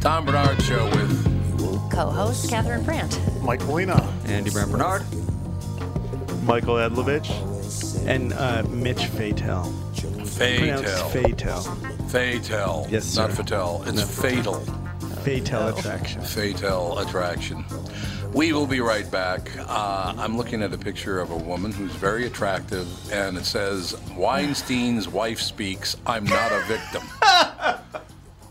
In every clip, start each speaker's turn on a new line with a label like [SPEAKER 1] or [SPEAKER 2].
[SPEAKER 1] Tom Bernard Show with
[SPEAKER 2] Co-host Catherine Brandt.
[SPEAKER 3] Mike Molina.
[SPEAKER 4] Andy Brant Bernard
[SPEAKER 5] Michael Adlovich.
[SPEAKER 4] and uh, Mitch Fatel. Pronounced
[SPEAKER 1] Fatal.
[SPEAKER 4] Fatel.
[SPEAKER 1] Fatal.
[SPEAKER 4] Yes,
[SPEAKER 1] Not
[SPEAKER 4] sir.
[SPEAKER 1] Fatal. It's Fatal.
[SPEAKER 4] Fatel attraction.
[SPEAKER 1] Fatal attraction. We will be right back. Uh, I'm looking at a picture of a woman who's very attractive, and it says, Weinstein's wife speaks, I'm not a victim.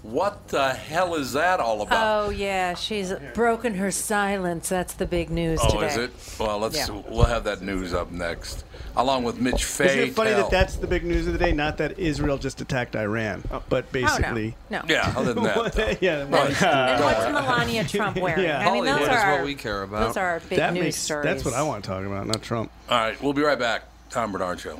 [SPEAKER 1] what the hell is that all about?
[SPEAKER 2] Oh yeah, she's broken her silence. That's the big news
[SPEAKER 1] oh,
[SPEAKER 2] today.
[SPEAKER 1] is it? Well, let's
[SPEAKER 2] Yeah.
[SPEAKER 1] we'll have that news up next, along with Mitch Fatal.
[SPEAKER 4] Isn't it funny that that's the big news of the day? Not that Israel just attacked Iran, but
[SPEAKER 2] Oh no,
[SPEAKER 4] basically.
[SPEAKER 2] no.
[SPEAKER 1] Yeah, other than that. though.
[SPEAKER 4] yeah, well,
[SPEAKER 2] And, and what's Melania Trump wearing?
[SPEAKER 4] Yeah.
[SPEAKER 2] I mean, those
[SPEAKER 6] Hollywood
[SPEAKER 2] are
[SPEAKER 6] is
[SPEAKER 2] our,
[SPEAKER 6] what we care about.
[SPEAKER 2] Those are our big
[SPEAKER 4] that
[SPEAKER 2] news
[SPEAKER 4] makes
[SPEAKER 2] stories.
[SPEAKER 4] that's what I want to talk about, not Trump.
[SPEAKER 1] All right, we'll be right back. Tom Bernard Show.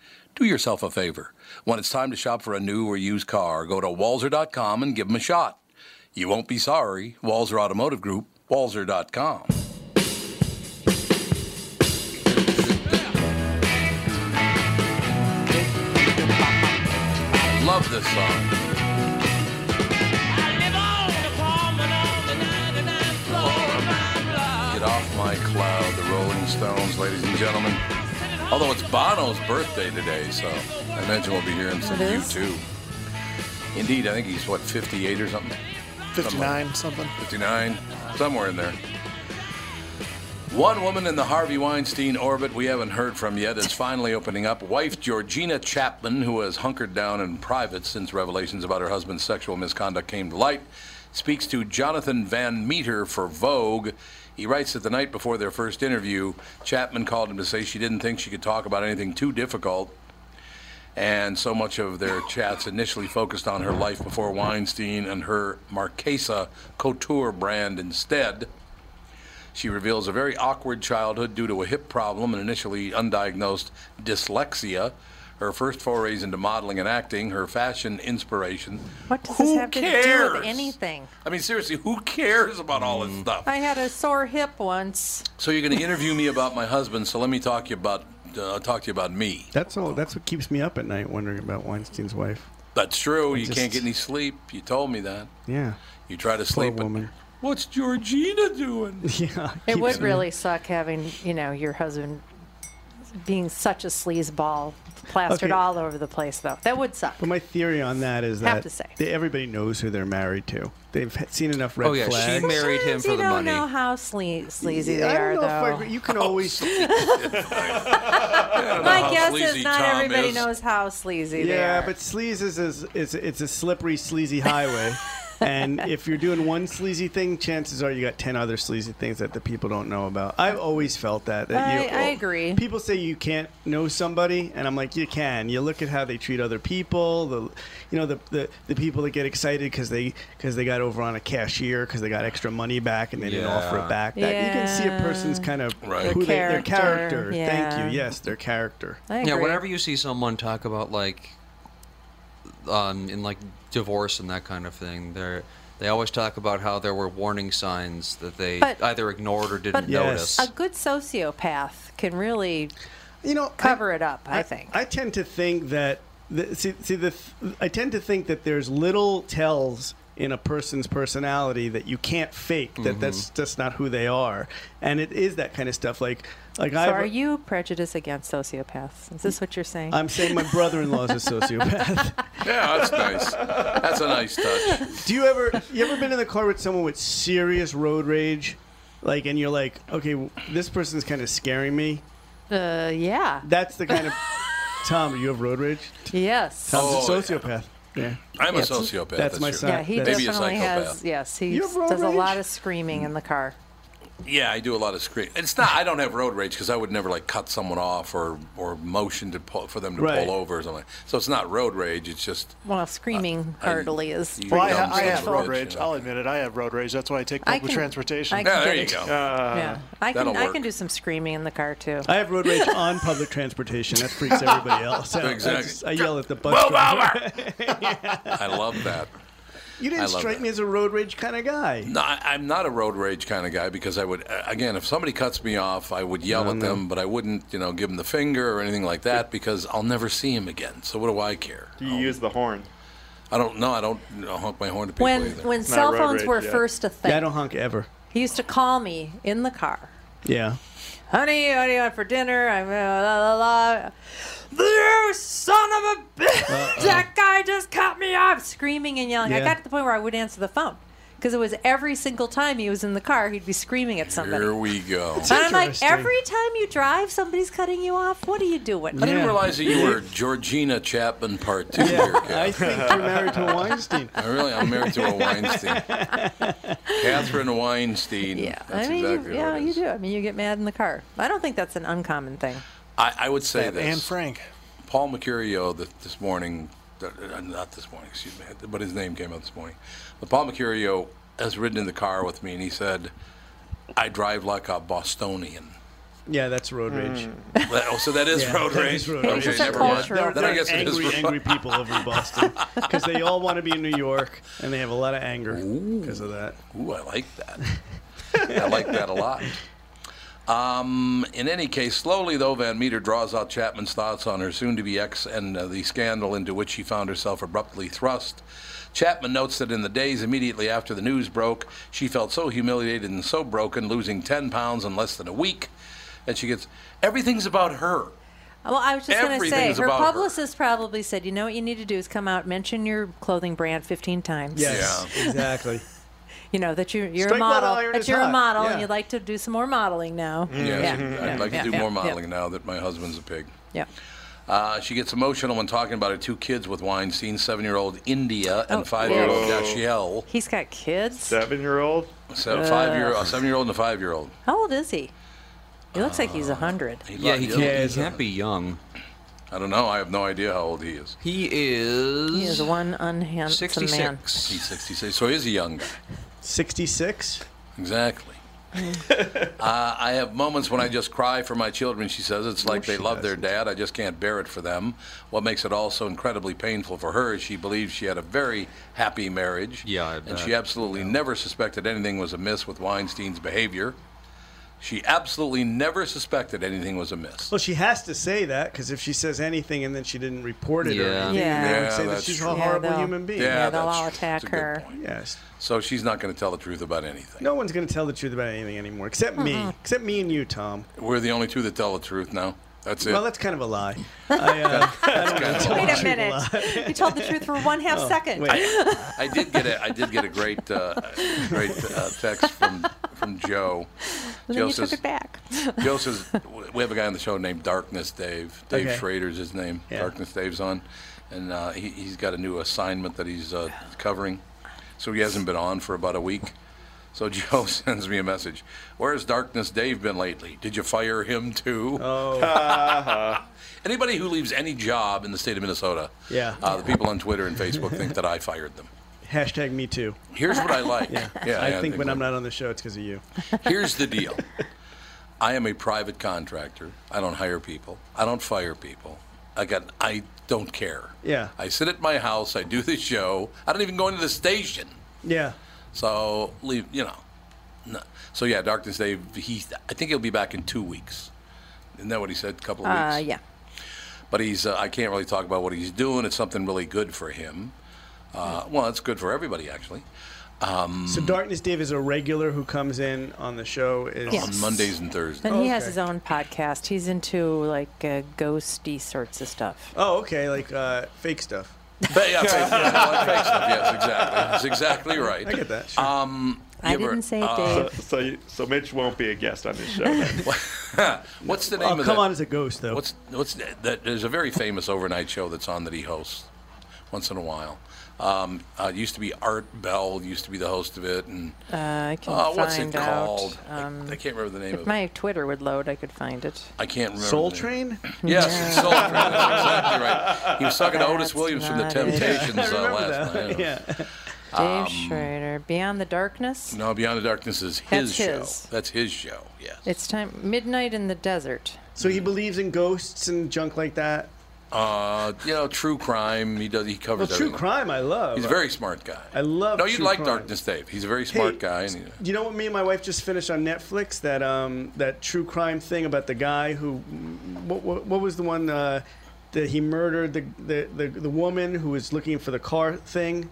[SPEAKER 1] Do yourself a favor. When it's time to shop for a new or used car, go to walzer.com and give them a shot. You won't be sorry. Walzer Automotive Group, walzer.com. Love this song. Get off my cloud, the Rolling Stones, ladies and gentlemen. Although it's Bono's birthday today, so I imagine we'll be hearing some
[SPEAKER 2] It is?
[SPEAKER 1] U2. Indeed, I think he's, what, 58 or something?
[SPEAKER 3] 59 something.
[SPEAKER 1] 59, somewhere in there. One woman in the Harvey Weinstein orbit we haven't heard from yet is finally opening up. Wife Georgina Chapman, who has hunkered down in private since revelations about her husband's sexual misconduct came to light, speaks to Jonathan Van Meter for Vogue. He writes that the night before their first interview, Chapman called him to say she didn't think she could talk about anything too difficult and so much of their chats initially focused on her life before Weinstein and her Marquesa couture brand instead. She reveals a very awkward childhood due to a hip problem and initially undiagnosed dyslexia. Her first forays into modeling and acting, her fashion inspiration.
[SPEAKER 2] What does
[SPEAKER 1] Who
[SPEAKER 2] this have
[SPEAKER 1] cares?
[SPEAKER 2] to do with anything?
[SPEAKER 1] I mean, seriously, who cares about all
[SPEAKER 4] Mm.
[SPEAKER 1] this stuff?
[SPEAKER 2] I had a sore hip once.
[SPEAKER 1] So you're going to interview me about my husband. So let me talk to you about uh, talk to you about me.
[SPEAKER 4] That's all. That's what keeps me up at night, wondering about Weinstein's wife.
[SPEAKER 1] That's true. you
[SPEAKER 4] just-
[SPEAKER 1] can't get any sleep. You told me that.
[SPEAKER 4] Yeah,
[SPEAKER 1] You try to
[SPEAKER 4] poor
[SPEAKER 1] sleep. but-
[SPEAKER 4] woman.
[SPEAKER 1] What's Georgina doing?
[SPEAKER 4] Yeah,
[SPEAKER 2] It
[SPEAKER 4] keeps
[SPEAKER 2] would
[SPEAKER 4] me-
[SPEAKER 2] really suck having you know your husband being such a sleazeball, plastered
[SPEAKER 4] Okay.
[SPEAKER 2] all over the place though. That would suck.
[SPEAKER 4] But my theory on that is
[SPEAKER 2] Have
[SPEAKER 4] that
[SPEAKER 2] to say.
[SPEAKER 4] they- everybody knows who they're married to. They've h- seen enough red
[SPEAKER 6] Oh, yeah, she
[SPEAKER 4] flags.
[SPEAKER 6] married- him
[SPEAKER 2] Sometimes
[SPEAKER 6] for
[SPEAKER 2] you
[SPEAKER 6] the
[SPEAKER 2] don't
[SPEAKER 6] money.
[SPEAKER 2] know how sle- sleazy
[SPEAKER 4] I
[SPEAKER 2] they are
[SPEAKER 4] don't know if I
[SPEAKER 2] though. Oh,
[SPEAKER 4] agree- you can always.
[SPEAKER 2] My
[SPEAKER 1] how
[SPEAKER 2] guess
[SPEAKER 1] sleazy
[SPEAKER 2] is not
[SPEAKER 1] Tom
[SPEAKER 2] everybody
[SPEAKER 1] is.
[SPEAKER 2] knows how sleazy they are.
[SPEAKER 4] Yeah, but sleaze is, is, is it's a slippery, sleazy highway. and if you're doing one sleazy thing, chances are you got ten other sleazy things that the people don't know about. I've always felt that. that you,
[SPEAKER 2] I- I agree.
[SPEAKER 4] People say you can't know somebody, and I'm like, you can. You look at how they treat other people. The, you know, the the, the people that get excited because they because they got over on a cashier because they got extra money back and they didn't
[SPEAKER 6] Yeah.
[SPEAKER 4] offer it back. That you can see a person's kind of
[SPEAKER 1] Right.
[SPEAKER 4] who
[SPEAKER 2] Their
[SPEAKER 4] they, their
[SPEAKER 2] character,
[SPEAKER 4] character. Thank you.
[SPEAKER 2] yeah.
[SPEAKER 4] Yes, their character.
[SPEAKER 2] I agree.
[SPEAKER 6] Yeah, whenever you see someone talk about like, um, in like divorce and that kind of thing, they're they always talk about how there were warning signs that they
[SPEAKER 2] But-
[SPEAKER 6] either ignored or didn't
[SPEAKER 2] but-
[SPEAKER 6] notice.
[SPEAKER 4] Yes.
[SPEAKER 2] a good sociopath can really
[SPEAKER 4] you know
[SPEAKER 2] cover it up, I think.
[SPEAKER 4] I tend to think that the, see see the th- I tend to think that there's little tells in a person's personality that you can't fake that
[SPEAKER 1] Mm-hmm.
[SPEAKER 4] that's just not who they are and it is that kind of stuff like like
[SPEAKER 2] So are
[SPEAKER 4] I
[SPEAKER 2] you prejudiced against sociopaths? Is this what you're saying?
[SPEAKER 4] I'm saying my brother-in-law is a sociopath.
[SPEAKER 1] Yeah, that's nice. That's a nice touch.
[SPEAKER 4] Do you ever you ever been in the car with someone with serious road rage like and you're like, "Okay, w- this person's kind of scaring me."
[SPEAKER 2] uh, yeah.
[SPEAKER 4] That's the kind of Tom, you have road rage?
[SPEAKER 2] Yes.
[SPEAKER 4] Tom's
[SPEAKER 1] Oh,
[SPEAKER 4] a
[SPEAKER 1] yeah.
[SPEAKER 4] sociopath. Yeah.
[SPEAKER 1] I'm a
[SPEAKER 2] Yes.
[SPEAKER 1] sociopath.
[SPEAKER 4] That's my
[SPEAKER 1] true.
[SPEAKER 4] son.
[SPEAKER 2] yeah, he
[SPEAKER 4] Maybe
[SPEAKER 1] a
[SPEAKER 2] definitely has.
[SPEAKER 1] psychopath.
[SPEAKER 2] Yes, he
[SPEAKER 4] You have road
[SPEAKER 2] does a lot
[SPEAKER 4] rage?
[SPEAKER 2] of screaming in the car.
[SPEAKER 1] Yeah, I do a lot of screen. It's not. I don't have road rage because I would never like cut someone off or or motion to pull, for them to
[SPEAKER 4] Right.
[SPEAKER 1] pull over or something. So it's not road rage. It's just
[SPEAKER 2] Well, screaming
[SPEAKER 1] I-
[SPEAKER 2] heartily is.
[SPEAKER 1] you
[SPEAKER 3] Well, I,
[SPEAKER 1] dumb
[SPEAKER 3] ha- I
[SPEAKER 1] son of
[SPEAKER 3] have
[SPEAKER 1] a
[SPEAKER 3] road
[SPEAKER 1] bitch,
[SPEAKER 3] rage.
[SPEAKER 1] you know.
[SPEAKER 3] I'll admit it. I have road rage. That's why I take
[SPEAKER 2] I
[SPEAKER 3] public
[SPEAKER 2] can-
[SPEAKER 3] transportation.
[SPEAKER 2] I can-
[SPEAKER 1] yeah, there you
[SPEAKER 2] get
[SPEAKER 1] go.
[SPEAKER 2] it.
[SPEAKER 3] Uh,
[SPEAKER 2] yeah, I can.
[SPEAKER 1] uh, that'll
[SPEAKER 2] I
[SPEAKER 1] work.
[SPEAKER 2] can do some screaming in the car too.
[SPEAKER 4] I have road rage on public transportation. That freaks everybody else out. I
[SPEAKER 1] Exactly.
[SPEAKER 4] just- I, yell at the bus
[SPEAKER 1] Move
[SPEAKER 4] driver.
[SPEAKER 1] over. I love that.
[SPEAKER 4] You
[SPEAKER 1] I
[SPEAKER 4] didn't
[SPEAKER 1] love
[SPEAKER 4] strike
[SPEAKER 1] that.
[SPEAKER 4] me as a road rage kind of guy.
[SPEAKER 1] No, I, I'm not a road rage kind of guy because I would uh, again if somebody cuts me off, I would yell at them, but I wouldn't you know give them the finger or anything like that because I'll never see him again. So what do I care?
[SPEAKER 7] Do you use the horn?
[SPEAKER 1] I don't know. I don't you know, honk my horn to people
[SPEAKER 2] When
[SPEAKER 1] either.
[SPEAKER 2] when cell
[SPEAKER 7] road
[SPEAKER 2] phones
[SPEAKER 7] rage,
[SPEAKER 2] were
[SPEAKER 7] yeah.
[SPEAKER 2] first a thing,
[SPEAKER 4] Yeah, I don't honk ever.
[SPEAKER 2] he used to call me in the car.
[SPEAKER 4] Yeah.
[SPEAKER 2] honey, what do you want for dinner? I'm uh, la la la. You son of a bitch! That guy just cut me off, screaming and yelling. I
[SPEAKER 4] Yeah.
[SPEAKER 2] got to the point where I would answer the phone because it was every single time he was in the car, he'd be screaming at somebody.
[SPEAKER 1] Here we go.
[SPEAKER 2] and I'm like,
[SPEAKER 4] Interesting.
[SPEAKER 2] every time you drive, somebody's cutting you off. What are you doing?
[SPEAKER 1] I didn't
[SPEAKER 4] Yeah.
[SPEAKER 1] realize that you were Georgina Chapman part two.
[SPEAKER 4] Yeah.
[SPEAKER 1] Here, Kath.
[SPEAKER 4] I think you're married to Weinstein.
[SPEAKER 1] I really, I'm married to a Weinstein. Catherine Weinstein.
[SPEAKER 2] Yeah,
[SPEAKER 1] That's
[SPEAKER 2] I mean, you-
[SPEAKER 1] exactly
[SPEAKER 2] yeah,
[SPEAKER 1] what it
[SPEAKER 2] you
[SPEAKER 1] is.
[SPEAKER 2] do. I mean, you get mad in the car. I don't think that's an uncommon thing.
[SPEAKER 1] I, I would say this.
[SPEAKER 3] And Frank.
[SPEAKER 1] Paul Mercurio th- this morning, th- uh, not this morning, excuse me, but his name came out this morning. But Paul Mercurio has ridden in the car with me, and he said, "I drive like a Bostonian."
[SPEAKER 4] Yeah, that's road rage.
[SPEAKER 1] That- oh, so that is
[SPEAKER 4] Yeah,
[SPEAKER 1] road
[SPEAKER 4] that
[SPEAKER 1] rage.
[SPEAKER 4] is road
[SPEAKER 2] rage. It's just a cultural
[SPEAKER 1] Then I
[SPEAKER 2] thing.
[SPEAKER 1] guess it is
[SPEAKER 4] angry,
[SPEAKER 1] road-
[SPEAKER 4] angry people over in Boston because they all want to be in New York and they have a lot of anger because of that.
[SPEAKER 1] Ooh, I like that. I like that a lot. Um, in any case, slowly though, Van Meter draws out Chapman's thoughts on her soon-to-be ex and uh, the scandal into which she found herself abruptly thrust. Chapman notes that in the days immediately after the news broke, she felt so humiliated and so broken, losing 10 pounds in less than a week. And she gets everything's about her.
[SPEAKER 2] Well, I was just going to say,
[SPEAKER 1] Everything's
[SPEAKER 2] her
[SPEAKER 1] about her.
[SPEAKER 2] publicist probably said, you know what you need to do is come out, mention your clothing brand 15 times.
[SPEAKER 4] Yes, exactly.
[SPEAKER 2] you know that you're you're
[SPEAKER 4] Strike
[SPEAKER 2] a
[SPEAKER 4] while
[SPEAKER 2] model
[SPEAKER 4] iron
[SPEAKER 2] that
[SPEAKER 4] is
[SPEAKER 2] you're a
[SPEAKER 4] hot.
[SPEAKER 2] model and
[SPEAKER 4] Yeah.
[SPEAKER 2] you'd like to do some more modeling now.
[SPEAKER 1] Yes,
[SPEAKER 2] Yeah.
[SPEAKER 1] Mm-hmm. I'd like
[SPEAKER 2] Yeah.
[SPEAKER 1] to do
[SPEAKER 2] Yeah.
[SPEAKER 1] more
[SPEAKER 2] Yeah.
[SPEAKER 1] modeling now that my husband's a pig.
[SPEAKER 2] Yeah.
[SPEAKER 1] Uh, she gets emotional when talking about her two kids with Weinstein, seven-year-old India and
[SPEAKER 2] Oh,
[SPEAKER 1] five-year-old
[SPEAKER 7] Whoa.
[SPEAKER 1] Dashiell.
[SPEAKER 2] He's got kids.
[SPEAKER 7] Seven-year-old.
[SPEAKER 1] So five-year, a seven-year-old and a five-year-old.
[SPEAKER 2] How old is he? He looks like
[SPEAKER 1] Uh,
[SPEAKER 2] he's a hundred.
[SPEAKER 6] yeah, he
[SPEAKER 1] Yeah,
[SPEAKER 6] can't,
[SPEAKER 4] it's
[SPEAKER 6] he can't be young.
[SPEAKER 1] I don't know. I have no idea how old he is.
[SPEAKER 6] He is,
[SPEAKER 2] He is one unhandsome man.
[SPEAKER 6] 66.
[SPEAKER 1] He's 66, so he's a young guy.
[SPEAKER 4] 66.
[SPEAKER 1] Exactly. uh, I have moments when I just cry for my children, she says. It's like they love their dad. I just can't bear it for them. What makes it all so incredibly painful for her is she believes she had a very happy marriage.
[SPEAKER 6] Yeah, I
[SPEAKER 1] And
[SPEAKER 6] bet.
[SPEAKER 1] she absolutely never suspected anything was amiss with Weinstein's behavior. She absolutely never suspected anything was amiss.
[SPEAKER 4] Well, she has to say that because if she says anything and then she didn't report it or
[SPEAKER 6] Yeah.
[SPEAKER 4] anything,
[SPEAKER 2] Yeah.
[SPEAKER 4] they would
[SPEAKER 1] Yeah,
[SPEAKER 4] say that
[SPEAKER 1] that's
[SPEAKER 4] she's
[SPEAKER 1] true.
[SPEAKER 4] a
[SPEAKER 2] Yeah,
[SPEAKER 4] horrible
[SPEAKER 2] they'll-
[SPEAKER 4] human being.
[SPEAKER 2] Yeah, they'll
[SPEAKER 1] that's
[SPEAKER 2] all
[SPEAKER 1] true.
[SPEAKER 2] attack
[SPEAKER 1] That's a good
[SPEAKER 2] her.
[SPEAKER 1] point.
[SPEAKER 4] Yes.
[SPEAKER 1] So she's not going to tell the truth about anything.
[SPEAKER 4] No one's going to tell the truth about anything anymore, except me, except me and you, Tom.
[SPEAKER 1] We're the only two that tell the truth now. That's it.
[SPEAKER 4] Well, that's kind of a lie. I, uh,
[SPEAKER 2] Wait a minute. you told the truth for one half second.
[SPEAKER 4] Oh, wait,
[SPEAKER 1] I did get a I did get a great uh, great uh, text from from Joe.
[SPEAKER 2] and
[SPEAKER 1] Joe
[SPEAKER 2] then you took
[SPEAKER 1] says,
[SPEAKER 2] it back.
[SPEAKER 1] Joe says we have a guy on the show named Darkness Dave. Dave
[SPEAKER 4] Okay.
[SPEAKER 1] Schrader's his name.
[SPEAKER 4] Yeah.
[SPEAKER 1] Darkness Dave's on, and uh, he, he's got a new assignment that he's uh, covering. so he hasn't been on for about a week. So Joe sends me a message. Where's Darkness Dave been lately? Did you fire him too?
[SPEAKER 4] Oh.
[SPEAKER 1] Anybody who leaves any job in the state of Minnesota,
[SPEAKER 4] Yeah.
[SPEAKER 1] uh, the people on Twitter and Facebook think that I fired them.
[SPEAKER 4] Hashtag me too.
[SPEAKER 1] Here's what I like. Yeah,
[SPEAKER 4] I
[SPEAKER 1] yeah,
[SPEAKER 4] think when
[SPEAKER 1] exactly.
[SPEAKER 4] I'm not on the show, it's because of you.
[SPEAKER 1] Here's the deal. I am a private contractor. I don't hire people. I don't fire people. I got I don't care.
[SPEAKER 4] Yeah.
[SPEAKER 1] I sit at my house, I do the show. I don't even go into the station.
[SPEAKER 4] Yeah.
[SPEAKER 1] So leave, you know. No. So yeah, Darkness Dave, he I think he'll be back in 2 weeks. Isn't that what he said? A couple of
[SPEAKER 2] Uh,
[SPEAKER 1] weeks.
[SPEAKER 2] yeah.
[SPEAKER 1] But he's uh, I can't really talk about what he's doing. It's something really good for him. Uh, well, it's good for everybody actually. Mm.
[SPEAKER 4] So Darkness Dave is a regular who comes in on the show. Is
[SPEAKER 2] Yeah.
[SPEAKER 1] On Mondays and Thursdays.
[SPEAKER 2] And he has
[SPEAKER 4] Okay.
[SPEAKER 2] his own podcast. He's into like uh, ghosty sorts of stuff.
[SPEAKER 4] oh okay, like uh, fake stuff.
[SPEAKER 1] But yeah, fake, yeah, I like fake stuff. Yes, exactly. That's exactly right.
[SPEAKER 4] I get that. Sure.
[SPEAKER 1] Uh, You
[SPEAKER 2] I
[SPEAKER 1] ever-
[SPEAKER 2] didn't say it,
[SPEAKER 1] uh,
[SPEAKER 2] Dave.
[SPEAKER 7] So, you, so Mitch won't be a guest on this show. then.
[SPEAKER 1] What's the name
[SPEAKER 4] oh,
[SPEAKER 1] of
[SPEAKER 4] come
[SPEAKER 1] that?
[SPEAKER 4] on, as a ghost though.
[SPEAKER 1] What's what's that, that? There's a very famous overnight show that's on that he hosts once in a while. Um, uh, it used to be Art Bell used to be the host of it, and
[SPEAKER 2] Uh, I can
[SPEAKER 1] uh,
[SPEAKER 2] find
[SPEAKER 1] what's it
[SPEAKER 2] out.
[SPEAKER 1] called? I-
[SPEAKER 2] Um,
[SPEAKER 1] I, can't remember the name of
[SPEAKER 2] if
[SPEAKER 1] it.
[SPEAKER 2] my Twitter would load, I could find it.
[SPEAKER 1] I can't remember.
[SPEAKER 4] Soul
[SPEAKER 1] the name.
[SPEAKER 4] Train?
[SPEAKER 1] Yes, Soul Train. That's exactly right. He was talking to Otis
[SPEAKER 2] That's
[SPEAKER 1] Williams from the
[SPEAKER 2] not it.
[SPEAKER 1] Temptations
[SPEAKER 4] I
[SPEAKER 1] uh,
[SPEAKER 4] remember
[SPEAKER 1] last
[SPEAKER 4] that.
[SPEAKER 1] night.
[SPEAKER 4] yeah.
[SPEAKER 2] Dave Schrader, Beyond the Darkness.
[SPEAKER 1] Um, No, Beyond the Darkness is his
[SPEAKER 2] That's
[SPEAKER 1] show.
[SPEAKER 2] his.
[SPEAKER 1] That's his show. Yes.
[SPEAKER 2] It's time. Midnight in the Desert.
[SPEAKER 4] So he believes in ghosts and junk like that.
[SPEAKER 1] Uh, you know, true crime. He does. He
[SPEAKER 4] Well,
[SPEAKER 1] covers
[SPEAKER 4] true
[SPEAKER 1] everything.
[SPEAKER 4] crime, I love.
[SPEAKER 1] He's a very smart guy.
[SPEAKER 4] I love
[SPEAKER 1] No, you'd
[SPEAKER 4] true
[SPEAKER 1] like
[SPEAKER 4] crime.
[SPEAKER 1] Darkness Dave. He's a very smart
[SPEAKER 4] Hey,
[SPEAKER 1] guy. And he,
[SPEAKER 4] You know what? Me and my wife just finished on Netflix that um that true crime thing about the guy who, what what, what was the one uh, that he murdered the, the the the woman who was looking for the car thing.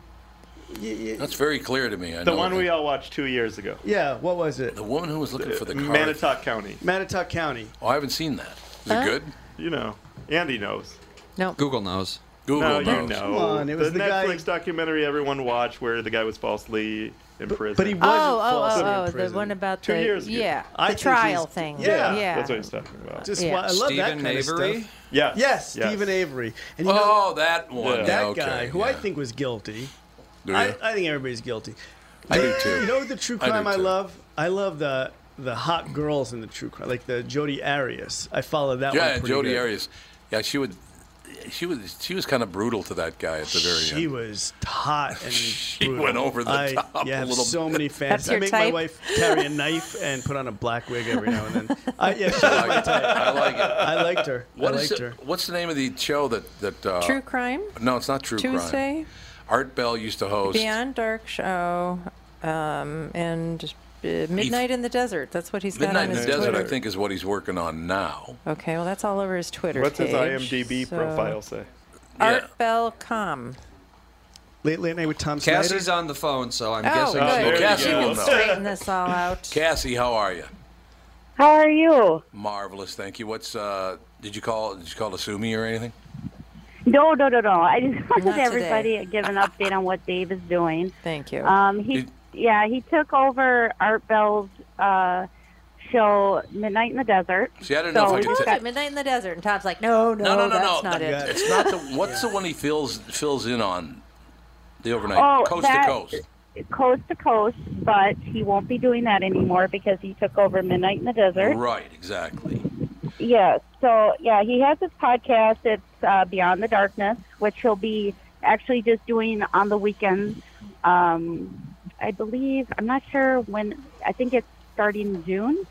[SPEAKER 4] Y- y-
[SPEAKER 1] that's very clear to me. I
[SPEAKER 7] the
[SPEAKER 1] know
[SPEAKER 7] one
[SPEAKER 1] that.
[SPEAKER 7] we all Uh, watched two years ago,
[SPEAKER 4] yeah, what was it?
[SPEAKER 1] The woman who was looking for the car.
[SPEAKER 7] Manitowoc County.
[SPEAKER 4] Manitowoc County.
[SPEAKER 1] Oh, I haven't seen that. Is it
[SPEAKER 2] Huh?
[SPEAKER 1] good?
[SPEAKER 7] You know, Andy knows.
[SPEAKER 2] No.
[SPEAKER 6] Google knows.
[SPEAKER 1] Google
[SPEAKER 7] no,
[SPEAKER 1] knows.
[SPEAKER 7] you know.
[SPEAKER 4] Come on, it was the guy-
[SPEAKER 7] Netflix documentary everyone watched where the guy was falsely in prison.
[SPEAKER 4] But he wasn't
[SPEAKER 2] Oh, oh,
[SPEAKER 4] falsely
[SPEAKER 2] oh,
[SPEAKER 4] in
[SPEAKER 2] oh, the
[SPEAKER 4] prison.
[SPEAKER 2] one about
[SPEAKER 7] Two
[SPEAKER 2] the
[SPEAKER 7] years ago.
[SPEAKER 2] yeah,
[SPEAKER 4] I
[SPEAKER 2] the
[SPEAKER 4] think
[SPEAKER 2] trial
[SPEAKER 4] he's-
[SPEAKER 2] thing.
[SPEAKER 4] yeah.
[SPEAKER 2] yeah.
[SPEAKER 7] That's what he's talking about.
[SPEAKER 4] Just
[SPEAKER 2] Yeah.
[SPEAKER 4] why- I love that
[SPEAKER 6] Stephen
[SPEAKER 4] kind
[SPEAKER 6] Avery?
[SPEAKER 4] of stuff.
[SPEAKER 7] yes.
[SPEAKER 4] Yes,
[SPEAKER 7] yes.
[SPEAKER 4] Stephen Avery. And you know
[SPEAKER 1] Oh, that one.
[SPEAKER 7] Yeah.
[SPEAKER 4] that
[SPEAKER 1] okay,
[SPEAKER 4] guy who I
[SPEAKER 1] yeah.
[SPEAKER 4] think was guilty.
[SPEAKER 1] Do
[SPEAKER 4] I,
[SPEAKER 1] you?
[SPEAKER 4] I think everybody's guilty.
[SPEAKER 1] I do too.
[SPEAKER 4] You know the true
[SPEAKER 1] I do
[SPEAKER 4] crime I,
[SPEAKER 1] too.
[SPEAKER 4] love? I love the the hot girls in the true crime, like the Jodi Arias. I follow that one.
[SPEAKER 1] yeah,
[SPEAKER 4] pretty
[SPEAKER 1] Jodi
[SPEAKER 4] good.
[SPEAKER 1] Arias. Yeah, she would. She was. She was kind of brutal to that guy at the very
[SPEAKER 4] She
[SPEAKER 1] end.
[SPEAKER 4] was hot and she
[SPEAKER 1] went over the
[SPEAKER 4] I,
[SPEAKER 1] top
[SPEAKER 4] yeah,
[SPEAKER 1] a
[SPEAKER 4] have
[SPEAKER 1] little
[SPEAKER 4] so many fans.
[SPEAKER 2] That's
[SPEAKER 4] I
[SPEAKER 2] your
[SPEAKER 4] make my
[SPEAKER 2] type?
[SPEAKER 4] wife carry a knife and put on a black wig every now and then. I, yeah, she was
[SPEAKER 1] I
[SPEAKER 4] my
[SPEAKER 1] like it.
[SPEAKER 4] type.
[SPEAKER 1] I like it.
[SPEAKER 4] I liked her.
[SPEAKER 1] What
[SPEAKER 4] I
[SPEAKER 1] is
[SPEAKER 4] liked
[SPEAKER 1] the-
[SPEAKER 4] her.
[SPEAKER 1] What's the name of the show that that? Uh,
[SPEAKER 2] True crime.
[SPEAKER 1] No, it's not True Crime.
[SPEAKER 2] Tuesday.
[SPEAKER 1] Art Bell used to host.
[SPEAKER 2] Beyond Dark Show, um, and uh, Midnight in the Desert. That's what he's got
[SPEAKER 1] Midnight
[SPEAKER 2] on
[SPEAKER 1] in the
[SPEAKER 2] his
[SPEAKER 1] Desert,
[SPEAKER 2] Twitter.
[SPEAKER 1] I think, is what he's working on now.
[SPEAKER 2] Okay, well that's all over his Twitter
[SPEAKER 7] What's his
[SPEAKER 2] page,
[SPEAKER 7] IMDb
[SPEAKER 2] so-
[SPEAKER 7] profile say?
[SPEAKER 1] Yeah.
[SPEAKER 2] Art Bell Com.
[SPEAKER 4] Late late night with Tom Snyder.
[SPEAKER 6] Cassie's on the phone, so I'm
[SPEAKER 2] Oh,
[SPEAKER 6] guessing.
[SPEAKER 2] good.
[SPEAKER 6] she-
[SPEAKER 1] Oh,
[SPEAKER 7] There you
[SPEAKER 1] Cassie
[SPEAKER 7] go.
[SPEAKER 1] will know.
[SPEAKER 2] Straighten this all out.
[SPEAKER 1] Cassie, how are you?
[SPEAKER 8] How are you?
[SPEAKER 1] Marvelous, thank you. What's uh? Did you call? Did you call to sue me or anything?
[SPEAKER 8] No, no, no, no. I just wanted
[SPEAKER 2] Not today.
[SPEAKER 8] everybody to give an update on what Dave is doing.
[SPEAKER 2] Thank you.
[SPEAKER 8] Um, he,
[SPEAKER 1] Did-
[SPEAKER 8] yeah, he took over Art Bell's uh, show, Midnight in the Desert.
[SPEAKER 1] See, I don't know if I
[SPEAKER 8] he's
[SPEAKER 1] could
[SPEAKER 8] got-
[SPEAKER 1] tell-
[SPEAKER 2] Midnight in the Desert, and Tom's like, no, no,
[SPEAKER 1] No, no, no,
[SPEAKER 2] that's
[SPEAKER 1] no.
[SPEAKER 2] not
[SPEAKER 1] Yeah.
[SPEAKER 2] it.
[SPEAKER 1] It's not the. What's the one he fills fills in on? The overnight
[SPEAKER 8] Oh,
[SPEAKER 1] coast
[SPEAKER 8] that-
[SPEAKER 1] to coast.
[SPEAKER 8] coast to coast, but he won't be doing that anymore because he took over Midnight in the Desert.
[SPEAKER 1] Right, exactly.
[SPEAKER 8] Yeah. So yeah, he has his podcast. It's uh, Beyond the Darkness, which he'll be actually just doing on the weekends. Um, I believe I'm not sure when. I think it's starting June.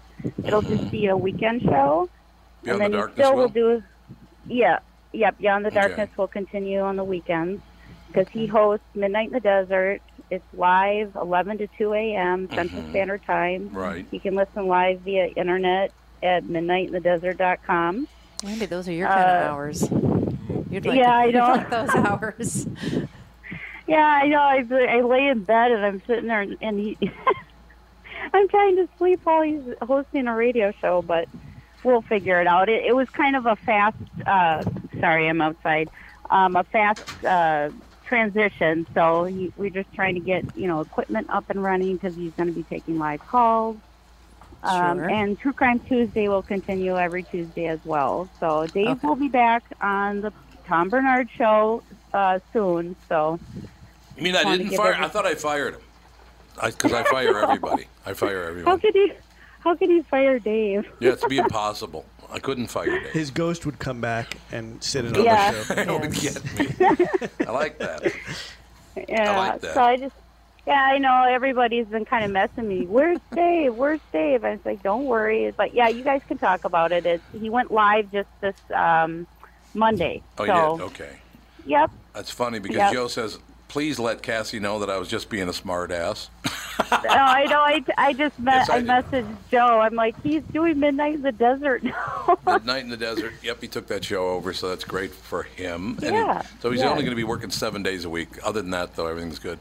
[SPEAKER 8] It'll just be a weekend show,
[SPEAKER 1] Beyond the
[SPEAKER 8] and then he
[SPEAKER 1] darkness.
[SPEAKER 8] still
[SPEAKER 1] will.
[SPEAKER 8] will do. Yeah, yeah. Beyond the
[SPEAKER 1] Okay.
[SPEAKER 8] Darkness will continue on the weekends because he hosts Midnight in the Desert. It's live 11 to 2 a.m. Central Standard Time.
[SPEAKER 1] Right.
[SPEAKER 8] You can listen live via internet at midnightinthedesert.com.
[SPEAKER 2] Wendy, those are your kind of
[SPEAKER 8] Uh,
[SPEAKER 2] hours. You'd like
[SPEAKER 8] yeah, I
[SPEAKER 2] you'd
[SPEAKER 8] know.
[SPEAKER 2] like those hours.
[SPEAKER 8] Yeah, I know. I, I lay in bed and I'm sitting there, and, and he, I'm trying to sleep while he's hosting a radio show, but we'll figure it out. It, it was kind of a fast. Uh, sorry, I'm outside. Um, a fast uh, transition, so he, we're just trying to get you know equipment up and running because he's going to be taking live calls. Um,
[SPEAKER 2] Sure.
[SPEAKER 8] And True Crime Tuesday will continue every Tuesday as well. So Dave
[SPEAKER 2] Okay.
[SPEAKER 8] will be back on the Tom Bernard show uh, soon. So
[SPEAKER 1] You mean I
[SPEAKER 8] wanna
[SPEAKER 1] didn't
[SPEAKER 8] give
[SPEAKER 1] fire?
[SPEAKER 8] every-
[SPEAKER 1] I thought I fired him. Because I, fire everybody. I fire
[SPEAKER 8] How
[SPEAKER 1] everyone.
[SPEAKER 8] could you? How could you fire Dave?
[SPEAKER 1] Yeah, it'd be impossible. I couldn't fire Dave.
[SPEAKER 4] His ghost would come back and sit in on
[SPEAKER 8] Yeah.
[SPEAKER 4] the show.
[SPEAKER 1] It would get me. I like that.
[SPEAKER 8] Yeah.
[SPEAKER 1] like that.
[SPEAKER 8] So I just, yeah, I know everybody's been kind of messing me. Where's Dave? Where's Dave? I was like, don't worry. But yeah, you guys can talk about it. It's, he went live just this um, Monday.
[SPEAKER 1] Oh, you
[SPEAKER 8] so
[SPEAKER 1] did? Okay.
[SPEAKER 8] yep.
[SPEAKER 1] That's funny because
[SPEAKER 8] Yep.
[SPEAKER 1] Joe says, please let Cassie know that I was just being a smart ass.
[SPEAKER 8] no, I know. I, I just me-
[SPEAKER 1] Yes, I
[SPEAKER 8] I,
[SPEAKER 1] did.
[SPEAKER 8] messaged Joe. I'm like, he's doing Midnight in the Desert now.
[SPEAKER 1] Night in the Desert. Yep, he took that show over, so that's great for him. And he-
[SPEAKER 8] Yeah,
[SPEAKER 1] so he's
[SPEAKER 8] yeah.
[SPEAKER 1] only going to be working seven days a week. Other than that, though, everything's good.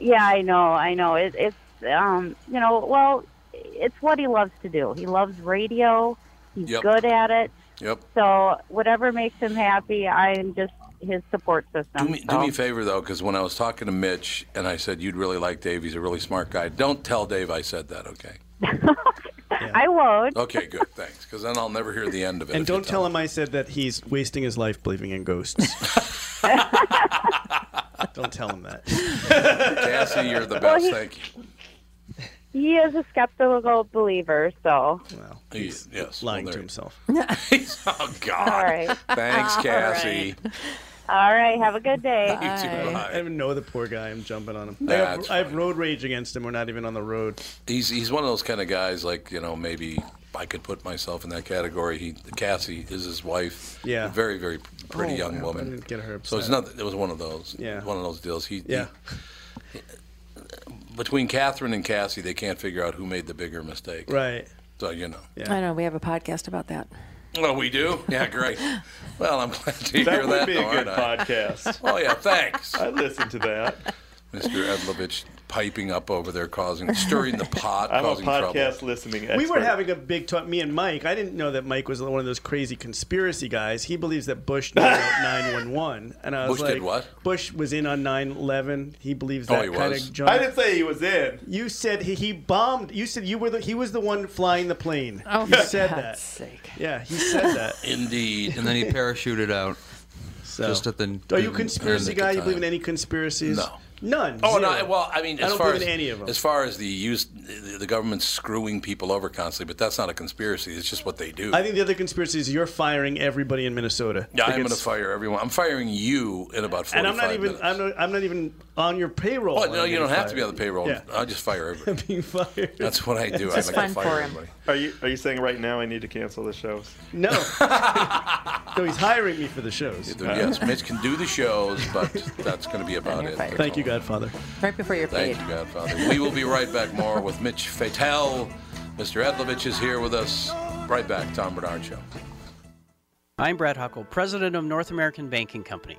[SPEAKER 8] yeah, I know. I know. It, it's um, you know, well, it's what he loves to do. He loves radio. He's
[SPEAKER 1] Yep.
[SPEAKER 8] good at it.
[SPEAKER 1] Yep.
[SPEAKER 8] So whatever makes him happy, I'm just his support system.
[SPEAKER 1] Do me, do
[SPEAKER 8] so.
[SPEAKER 1] me a favor though, because when I was talking to Mitch and I said you'd really like Dave, he's a really smart guy. Don't tell Dave I said that, okay?
[SPEAKER 8] I won't.
[SPEAKER 1] Okay, good, thanks. Because then I'll never hear the end of it.
[SPEAKER 4] And
[SPEAKER 1] if you
[SPEAKER 4] don't tell him I said that he's wasting his life believing in ghosts. don't tell him that.
[SPEAKER 1] Cassie, you're the best.
[SPEAKER 8] he-
[SPEAKER 1] Thank you.
[SPEAKER 8] He is a skeptical believer, so
[SPEAKER 4] Well,
[SPEAKER 1] He-
[SPEAKER 4] he's
[SPEAKER 1] yes,
[SPEAKER 4] lying
[SPEAKER 1] well,
[SPEAKER 4] to
[SPEAKER 1] there-
[SPEAKER 4] himself.
[SPEAKER 1] oh God!
[SPEAKER 8] all right.
[SPEAKER 1] Thanks, Cassie.
[SPEAKER 8] all right. Have a good day.
[SPEAKER 1] You too.
[SPEAKER 4] I
[SPEAKER 1] Bye.
[SPEAKER 4] don't even know the poor guy. I'm jumping on him. I
[SPEAKER 1] That's
[SPEAKER 4] have, I have
[SPEAKER 1] fine.
[SPEAKER 4] road rage against him. We're not even on the road.
[SPEAKER 1] He's he's one of those kind of guys. Like you know, maybe I could put myself in that category. He, Cassie is his wife.
[SPEAKER 4] Yeah.
[SPEAKER 1] a very very pretty
[SPEAKER 4] Oh,
[SPEAKER 1] young
[SPEAKER 4] man, I
[SPEAKER 1] woman.
[SPEAKER 4] didn't get her upset.
[SPEAKER 1] So it's not. It was one of those.
[SPEAKER 4] Yeah.
[SPEAKER 1] One of those deals. He. he-
[SPEAKER 4] Yeah.
[SPEAKER 1] between Catherine and Cassie, they can't figure out who made the bigger mistake.
[SPEAKER 4] Right.
[SPEAKER 1] So you know.
[SPEAKER 4] Yeah.
[SPEAKER 2] I know. We have a podcast about that.
[SPEAKER 1] Well, we do. Yeah, great. Well, I'm glad to hear
[SPEAKER 7] That
[SPEAKER 1] that.
[SPEAKER 7] would be
[SPEAKER 1] though,
[SPEAKER 7] a good
[SPEAKER 1] aren't I?
[SPEAKER 7] podcast.
[SPEAKER 1] Oh yeah, thanks,
[SPEAKER 7] I listen to that.
[SPEAKER 1] Mr. Edlovich, piping up over there, causing stirring the pot,
[SPEAKER 7] I'm a
[SPEAKER 1] causing
[SPEAKER 7] podcast
[SPEAKER 1] trouble.
[SPEAKER 7] listening expert.
[SPEAKER 4] We were having a big talk. Me and Mike. I didn't know that Mike was one of those crazy conspiracy guys. He believes that Bush knew about 911, and I was
[SPEAKER 1] Bush
[SPEAKER 4] like,
[SPEAKER 1] did what?
[SPEAKER 4] Bush was in on 9/11. He believes
[SPEAKER 1] Oh,
[SPEAKER 4] that
[SPEAKER 1] he
[SPEAKER 4] kind
[SPEAKER 1] was?
[SPEAKER 4] of junk.
[SPEAKER 7] I didn't say he was in.
[SPEAKER 4] You said he, he bombed. You said you were the, he was the one flying the plane.
[SPEAKER 2] Oh,
[SPEAKER 4] you
[SPEAKER 2] for
[SPEAKER 4] said
[SPEAKER 2] God's
[SPEAKER 4] that.
[SPEAKER 2] sake.
[SPEAKER 4] Yeah, he said that.
[SPEAKER 1] Indeed.
[SPEAKER 6] and then he parachuted out.
[SPEAKER 4] So.
[SPEAKER 6] Just at the-
[SPEAKER 4] Are you a
[SPEAKER 6] the-
[SPEAKER 4] conspiracy
[SPEAKER 1] the
[SPEAKER 4] guy? You
[SPEAKER 1] time.
[SPEAKER 4] believe in any conspiracies?
[SPEAKER 1] No.
[SPEAKER 4] None.
[SPEAKER 1] Oh
[SPEAKER 4] zero.
[SPEAKER 1] no! Well, I mean, as
[SPEAKER 4] don't
[SPEAKER 1] far
[SPEAKER 4] believe
[SPEAKER 1] as
[SPEAKER 4] in any of 'em.
[SPEAKER 1] as far as the use, the the government screwing people over constantly, but that's not a conspiracy. It's just what they do.
[SPEAKER 4] I think the other conspiracy is you're firing everybody in Minnesota.
[SPEAKER 1] yeah,
[SPEAKER 4] Like
[SPEAKER 1] I'm going to
[SPEAKER 4] it's-
[SPEAKER 1] fire everyone. I'm firing you in about 45
[SPEAKER 4] And I'm not even
[SPEAKER 1] minutes.
[SPEAKER 4] I'm not, I'm not even on your payroll.
[SPEAKER 1] Oh
[SPEAKER 4] when
[SPEAKER 1] no,
[SPEAKER 4] I'm
[SPEAKER 1] you don't
[SPEAKER 4] getting
[SPEAKER 1] have to be on the payroll.
[SPEAKER 4] Yeah.
[SPEAKER 1] I'll just fire everybody.
[SPEAKER 4] fired. being fired.
[SPEAKER 1] That's what I do. I
[SPEAKER 2] It's
[SPEAKER 1] like
[SPEAKER 2] fun
[SPEAKER 1] to
[SPEAKER 2] for
[SPEAKER 1] fire
[SPEAKER 2] him.
[SPEAKER 1] everybody.
[SPEAKER 7] Are you Are you saying right now I need to cancel the shows?
[SPEAKER 4] No. no, he's hiring me for the shows.
[SPEAKER 1] So, yes, Mitch can do the shows, but that's going to be about
[SPEAKER 2] you're
[SPEAKER 1] it.
[SPEAKER 2] fired.
[SPEAKER 4] Thank you, Godfather.
[SPEAKER 2] Right before you're
[SPEAKER 1] Thank
[SPEAKER 2] paid.
[SPEAKER 1] you, Godfather. We will be right back more with Mitch Fatel. Mr. Edlovich is here with us. Right back, Tom Bernard Show.
[SPEAKER 9] I'm Brad Huckle, president of North American Banking Company.